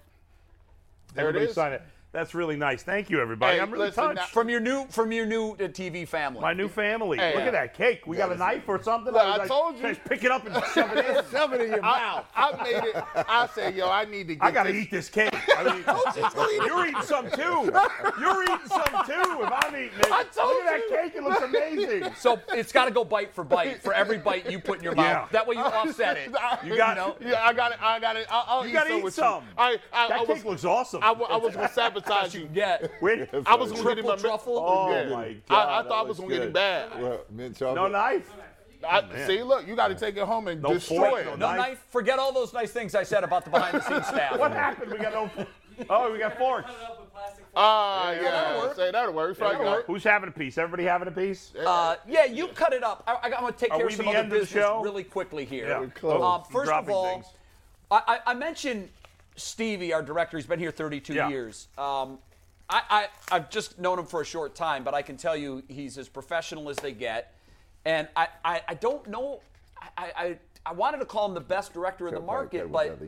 [SPEAKER 2] There it
[SPEAKER 7] everybody
[SPEAKER 2] is.
[SPEAKER 7] sign it. That's really nice. Thank you, everybody.
[SPEAKER 2] Hey,
[SPEAKER 7] I'm really
[SPEAKER 2] listen,
[SPEAKER 7] touched.
[SPEAKER 2] now-
[SPEAKER 3] From your new from your new uh, TV family.
[SPEAKER 7] My new family.
[SPEAKER 2] Hey.
[SPEAKER 7] Look at that cake. We got a knife or something.
[SPEAKER 2] Look, I
[SPEAKER 7] like,
[SPEAKER 2] told you.
[SPEAKER 7] guys, Pick it up and shove it in.
[SPEAKER 1] Shove it in your mouth.
[SPEAKER 2] I made it. I said, yo, I need to get
[SPEAKER 7] I gotta
[SPEAKER 2] this-
[SPEAKER 7] eat this cake. I mean, you're eating some too. You're eating some too. If I'm eating it,
[SPEAKER 2] I told
[SPEAKER 7] look at
[SPEAKER 2] you.
[SPEAKER 7] that cake. It looks amazing.
[SPEAKER 3] So it's got to go bite for bite for every bite you put in your mouth.
[SPEAKER 7] Yeah.
[SPEAKER 3] That way you offset it.
[SPEAKER 7] You got-
[SPEAKER 2] Yeah, I got it. I got it. I- I'll
[SPEAKER 7] You
[SPEAKER 2] eat
[SPEAKER 7] gotta
[SPEAKER 2] some
[SPEAKER 7] eat
[SPEAKER 2] with
[SPEAKER 7] some.
[SPEAKER 2] You. I, I,
[SPEAKER 7] That
[SPEAKER 2] I was,
[SPEAKER 7] cake looks awesome.
[SPEAKER 2] I, wa- I was gonna sabotage you.
[SPEAKER 3] Yeah.
[SPEAKER 7] Wait.
[SPEAKER 2] I was gonna get him
[SPEAKER 3] Triple
[SPEAKER 2] a
[SPEAKER 3] truffle.
[SPEAKER 7] Oh
[SPEAKER 2] Yeah.
[SPEAKER 7] my
[SPEAKER 2] I, I thought
[SPEAKER 7] God, that
[SPEAKER 2] I was
[SPEAKER 7] looks
[SPEAKER 2] gonna get him
[SPEAKER 7] good.
[SPEAKER 2] bad.
[SPEAKER 1] Well, mint chocolate.
[SPEAKER 7] No knife.
[SPEAKER 2] I,
[SPEAKER 7] Oh, man.
[SPEAKER 2] see, look, you got to take it home and
[SPEAKER 7] No
[SPEAKER 2] destroy
[SPEAKER 7] fork,
[SPEAKER 2] it.
[SPEAKER 7] no
[SPEAKER 3] no
[SPEAKER 7] knife.
[SPEAKER 3] knife. Forget all those nice things I said about the behind the scenes staff.
[SPEAKER 7] What happened? We got no. Oh, we got forks.
[SPEAKER 2] Ah, yeah,
[SPEAKER 3] that'll work.
[SPEAKER 2] say that'll work. Probably got-
[SPEAKER 7] Who's having a piece? Everybody having a piece?
[SPEAKER 3] Uh, yeah, you cut it up. I, I, am going to take
[SPEAKER 7] Are
[SPEAKER 3] care of
[SPEAKER 7] we
[SPEAKER 3] some
[SPEAKER 7] the
[SPEAKER 3] other
[SPEAKER 7] end of the
[SPEAKER 3] business
[SPEAKER 7] show?
[SPEAKER 3] really quickly here.
[SPEAKER 7] Yeah, we're close.
[SPEAKER 3] Um,
[SPEAKER 7] I'm
[SPEAKER 3] first of
[SPEAKER 7] dropping
[SPEAKER 3] all,
[SPEAKER 7] things.
[SPEAKER 3] I, I I mentioned Stevie, our director. He's been here 32
[SPEAKER 7] Yeah.
[SPEAKER 3] years. Um, I, I, I've just known him for a short time, but I can tell you he's as professional as they get. And I, I, I don't know. I, I, I wanted to call him the best director in the market, but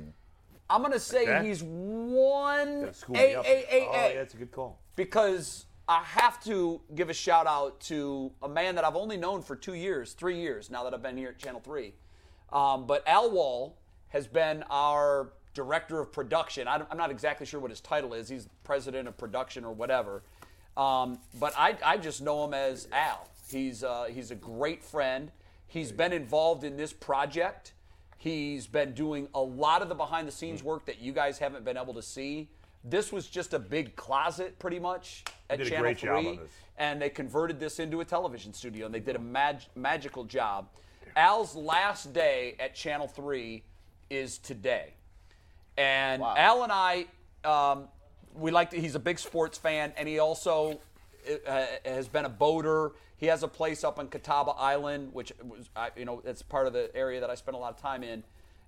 [SPEAKER 3] I'm going to say
[SPEAKER 7] that?
[SPEAKER 3] he's one
[SPEAKER 7] School me up. Oh, yeah,
[SPEAKER 3] AAA
[SPEAKER 7] that's a good call.
[SPEAKER 3] because I have to give a shout out to a man that I've only known for two years, three years now that I've been here at Channel 3. Um, but Al Wall has been our director of production. I don't- I'm not exactly sure what his title is. He's president of production or whatever. Um, but I, I just know him as Al. He's, uh, he's a great friend. He's been involved in this project. He's been doing a lot of the behind the
[SPEAKER 7] Hmm.
[SPEAKER 3] scenes work that you guys haven't been able to see. This was just a big closet, pretty much, at
[SPEAKER 7] did a
[SPEAKER 3] Channel
[SPEAKER 7] great
[SPEAKER 3] 3.
[SPEAKER 7] job on this. Hmm.
[SPEAKER 3] And they converted this into a television studio, and they did a mag- magical job. Al's last day at Channel 3 is today. And Al and I, um, we like to, he's a big sports fan, and he also uh, has been a boater. He has a place up on Catawba Island, which was, I, you know, it's part of the area that I spent a lot of time in.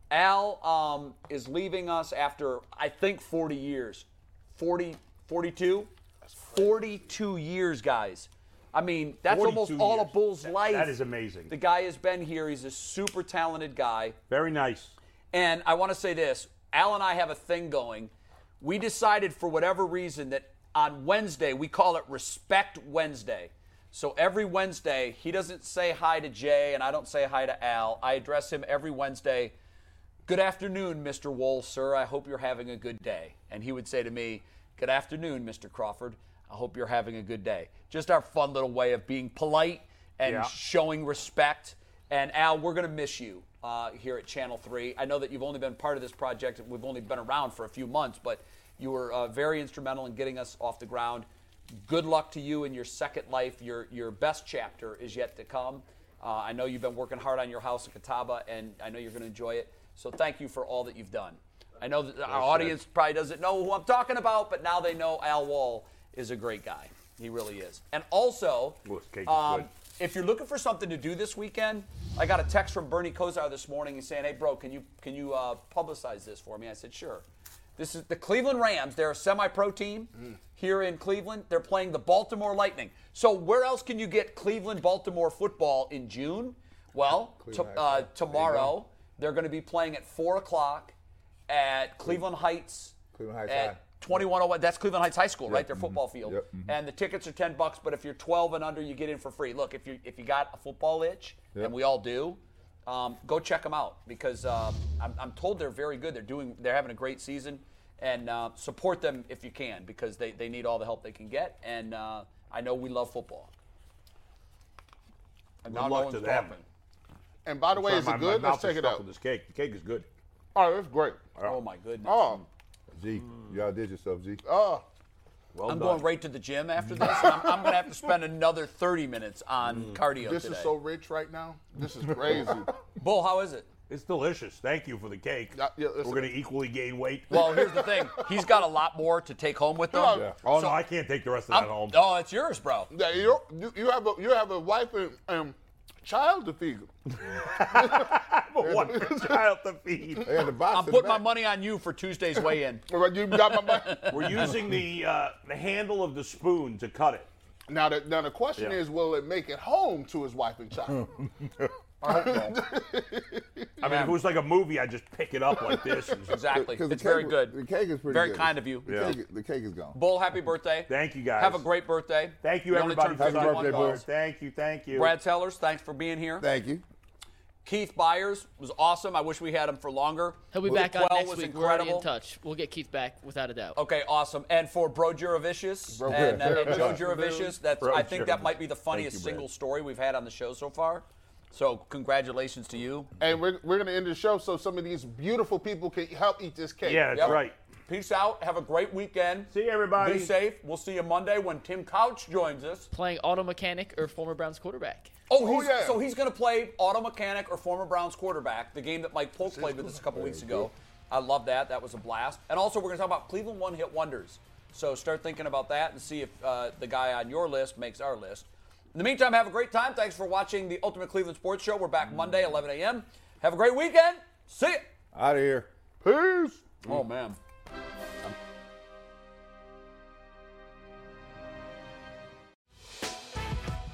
[SPEAKER 3] Al um, is leaving us after, I think, 40 years. 40, 42? 42 years, guys. I mean, that's
[SPEAKER 7] 42
[SPEAKER 3] almost all
[SPEAKER 7] years.
[SPEAKER 3] a Bull's
[SPEAKER 7] That-
[SPEAKER 3] life.
[SPEAKER 7] that is amazing.
[SPEAKER 3] The guy has been here. He's a super talented guy.
[SPEAKER 7] Very nice.
[SPEAKER 3] And I want to say this Al and I have a thing going. We decided, for whatever reason, that on Wednesday, we call it Respect Wednesday. So every Wednesday, he doesn't say hi to Jay, and I don't say hi to Al. I address him every Wednesday. Good afternoon, Mr. Wool, sir. I hope you're having a good day. And he would say to me, Good afternoon, Mr. Crawford. I hope you're having a good day. Just our fun little way of being polite and
[SPEAKER 7] Yeah.
[SPEAKER 3] showing respect. And Al, we're going to miss you uh, here at Channel 3. I know that you've only been part of this project, we've only been around for a few months, but you were uh, very instrumental in getting us off the ground. Good luck to you in your second life. Your, your best chapter is yet to come. Uh, I know you've been working hard on your house in Catawba, and I know you're going to enjoy it. So thank you for all that you've done. I know that our audience probably doesn't know who I'm talking about, but now they know Al Wall is a great guy. He really is. And also,
[SPEAKER 7] Ooh, this cake is
[SPEAKER 3] um,
[SPEAKER 7] good.
[SPEAKER 3] if you're looking for something to do this weekend, I got a text from Bernie Kosar this morning. He's saying, "Hey, bro, can you can you uh, publicize this for me?" I said, "Sure." This is the Cleveland Rams. They're a semi-pro team here in Cleveland. They're playing the Baltimore Lightning. So where else can you get Cleveland-Baltimore football in June? Well, to, uh, tomorrow they're going to be playing at four o'clock at Cleveland Heights.
[SPEAKER 1] Cleveland Heights High.
[SPEAKER 3] at 2101. That's Cleveland Heights High School, right? Their football field.
[SPEAKER 1] Yep, mhm.
[SPEAKER 3] And the tickets are 10 bucks, but if you're 12 and under, you get in for free. Look, if you if you got a football itch, and we all do, um, go check them out because uh, I'm, I'm told they're very good. They're doing they're having a great season, and uh, support them if you can because they they need all the help they can get. And uh, I know we love football. And now
[SPEAKER 7] Good
[SPEAKER 3] no
[SPEAKER 7] luck
[SPEAKER 3] one's
[SPEAKER 7] to them.
[SPEAKER 3] talking.
[SPEAKER 2] And by the way,
[SPEAKER 7] Sorry,
[SPEAKER 2] is
[SPEAKER 7] my-
[SPEAKER 2] it good?
[SPEAKER 7] My mouth
[SPEAKER 2] Let's take
[SPEAKER 7] is
[SPEAKER 2] it
[SPEAKER 7] stuck
[SPEAKER 2] out.
[SPEAKER 7] with this cake. The cake is good.
[SPEAKER 2] Oh, it's great.
[SPEAKER 3] Oh my goodness!
[SPEAKER 2] Oh,
[SPEAKER 1] G, y'all did yourself, G.
[SPEAKER 2] oh.
[SPEAKER 7] Well
[SPEAKER 3] I'm
[SPEAKER 7] done.
[SPEAKER 3] going right to the gym after this. and I'm, I'm going to have to spend another 30 minutes on
[SPEAKER 1] Mm.
[SPEAKER 3] cardio
[SPEAKER 2] This
[SPEAKER 3] today.
[SPEAKER 2] is so rich right now. This is crazy.
[SPEAKER 3] Bull, how is it?
[SPEAKER 7] It's delicious. Thank you for the cake.
[SPEAKER 2] Yeah, yeah,
[SPEAKER 7] We're
[SPEAKER 2] listen.
[SPEAKER 7] going to equally gain weight.
[SPEAKER 3] Well, here's the thing. He's got a lot more to take home with him.
[SPEAKER 2] Yeah.
[SPEAKER 7] oh no, I can't take the rest of that
[SPEAKER 3] I'm-
[SPEAKER 7] home.
[SPEAKER 3] Oh, it's yours, bro.
[SPEAKER 2] Yeah, you you you have a you have a wife and, and child to feed.
[SPEAKER 7] But what child to feed?
[SPEAKER 1] And the box
[SPEAKER 3] I'm
[SPEAKER 1] in
[SPEAKER 3] putting
[SPEAKER 1] the
[SPEAKER 3] my
[SPEAKER 1] back.
[SPEAKER 3] money on you for Tuesday's weigh-in.
[SPEAKER 2] Right, You got my money.
[SPEAKER 7] We're using the uh, the handle of the spoon to cut it.
[SPEAKER 2] Now the now the question
[SPEAKER 7] Yeah.
[SPEAKER 2] is, will it make it home to his wife and child?
[SPEAKER 7] I mean, if it was like a movie, I'd just pick it up like this. and just-
[SPEAKER 3] Exactly.
[SPEAKER 1] 'Cause the
[SPEAKER 3] It's very
[SPEAKER 1] cake-
[SPEAKER 3] good.
[SPEAKER 1] The cake is pretty
[SPEAKER 3] Very
[SPEAKER 1] good.
[SPEAKER 3] kind of you.
[SPEAKER 1] The, cake, the cake is gone.
[SPEAKER 3] Bull, happy birthday.
[SPEAKER 7] Thank you, guys.
[SPEAKER 3] Have a great birthday.
[SPEAKER 7] Thank you,
[SPEAKER 3] You only
[SPEAKER 7] everybody.
[SPEAKER 3] turned
[SPEAKER 7] for
[SPEAKER 3] 51
[SPEAKER 7] coming.
[SPEAKER 3] dollars.
[SPEAKER 7] Thank you, thank you.
[SPEAKER 3] Brad Tellers, thanks for being here.
[SPEAKER 1] Thank you.
[SPEAKER 3] Keith Byers was awesome. I wish we had him for longer.
[SPEAKER 8] He'll be
[SPEAKER 3] Luke
[SPEAKER 8] back on
[SPEAKER 3] Well
[SPEAKER 8] next
[SPEAKER 3] was
[SPEAKER 8] week. We're already
[SPEAKER 3] Incredible.
[SPEAKER 8] in touch. We'll get Keith back without a doubt.
[SPEAKER 3] Okay, awesome. And for Bro Juravicious and, uh, and Joe Juravicious, that's
[SPEAKER 7] Bro
[SPEAKER 3] I think that might be the
[SPEAKER 7] Juravicious. Thank
[SPEAKER 3] funniest
[SPEAKER 7] you, Brad.
[SPEAKER 3] single story we've had on the show so far. So congratulations to you.
[SPEAKER 2] and we're, we're gonna end the show so some of these beautiful people can help eat this cake.
[SPEAKER 7] Yeah, that's
[SPEAKER 3] Yep.
[SPEAKER 7] right.
[SPEAKER 3] Peace out. Have a great weekend.
[SPEAKER 7] See you, everybody.
[SPEAKER 3] Be safe. We'll see you Monday when Tim Couch joins us.
[SPEAKER 8] Playing auto mechanic or former Browns quarterback.
[SPEAKER 3] Oh, he's,
[SPEAKER 2] yeah.
[SPEAKER 3] so he's going to play auto mechanic or former Browns quarterback, the game that Mike Polk played with us a couple weeks ago. I love that. That was a blast. And also, we're going to talk about Cleveland one hit wonders. So start thinking about that and see if uh, the guy on your list makes our list. In the meantime, have a great time. Thanks for watching the Ultimate Cleveland Sports Show. We're back Monday, 11 a.m. Have a great weekend. See ya.
[SPEAKER 1] Out of here.
[SPEAKER 2] Peace.
[SPEAKER 3] Oh, man.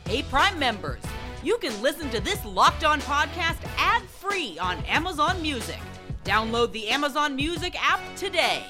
[SPEAKER 9] Hey, Prime members, you can listen to this Locked On podcast ad free on Amazon Music. Download the Amazon Music app today.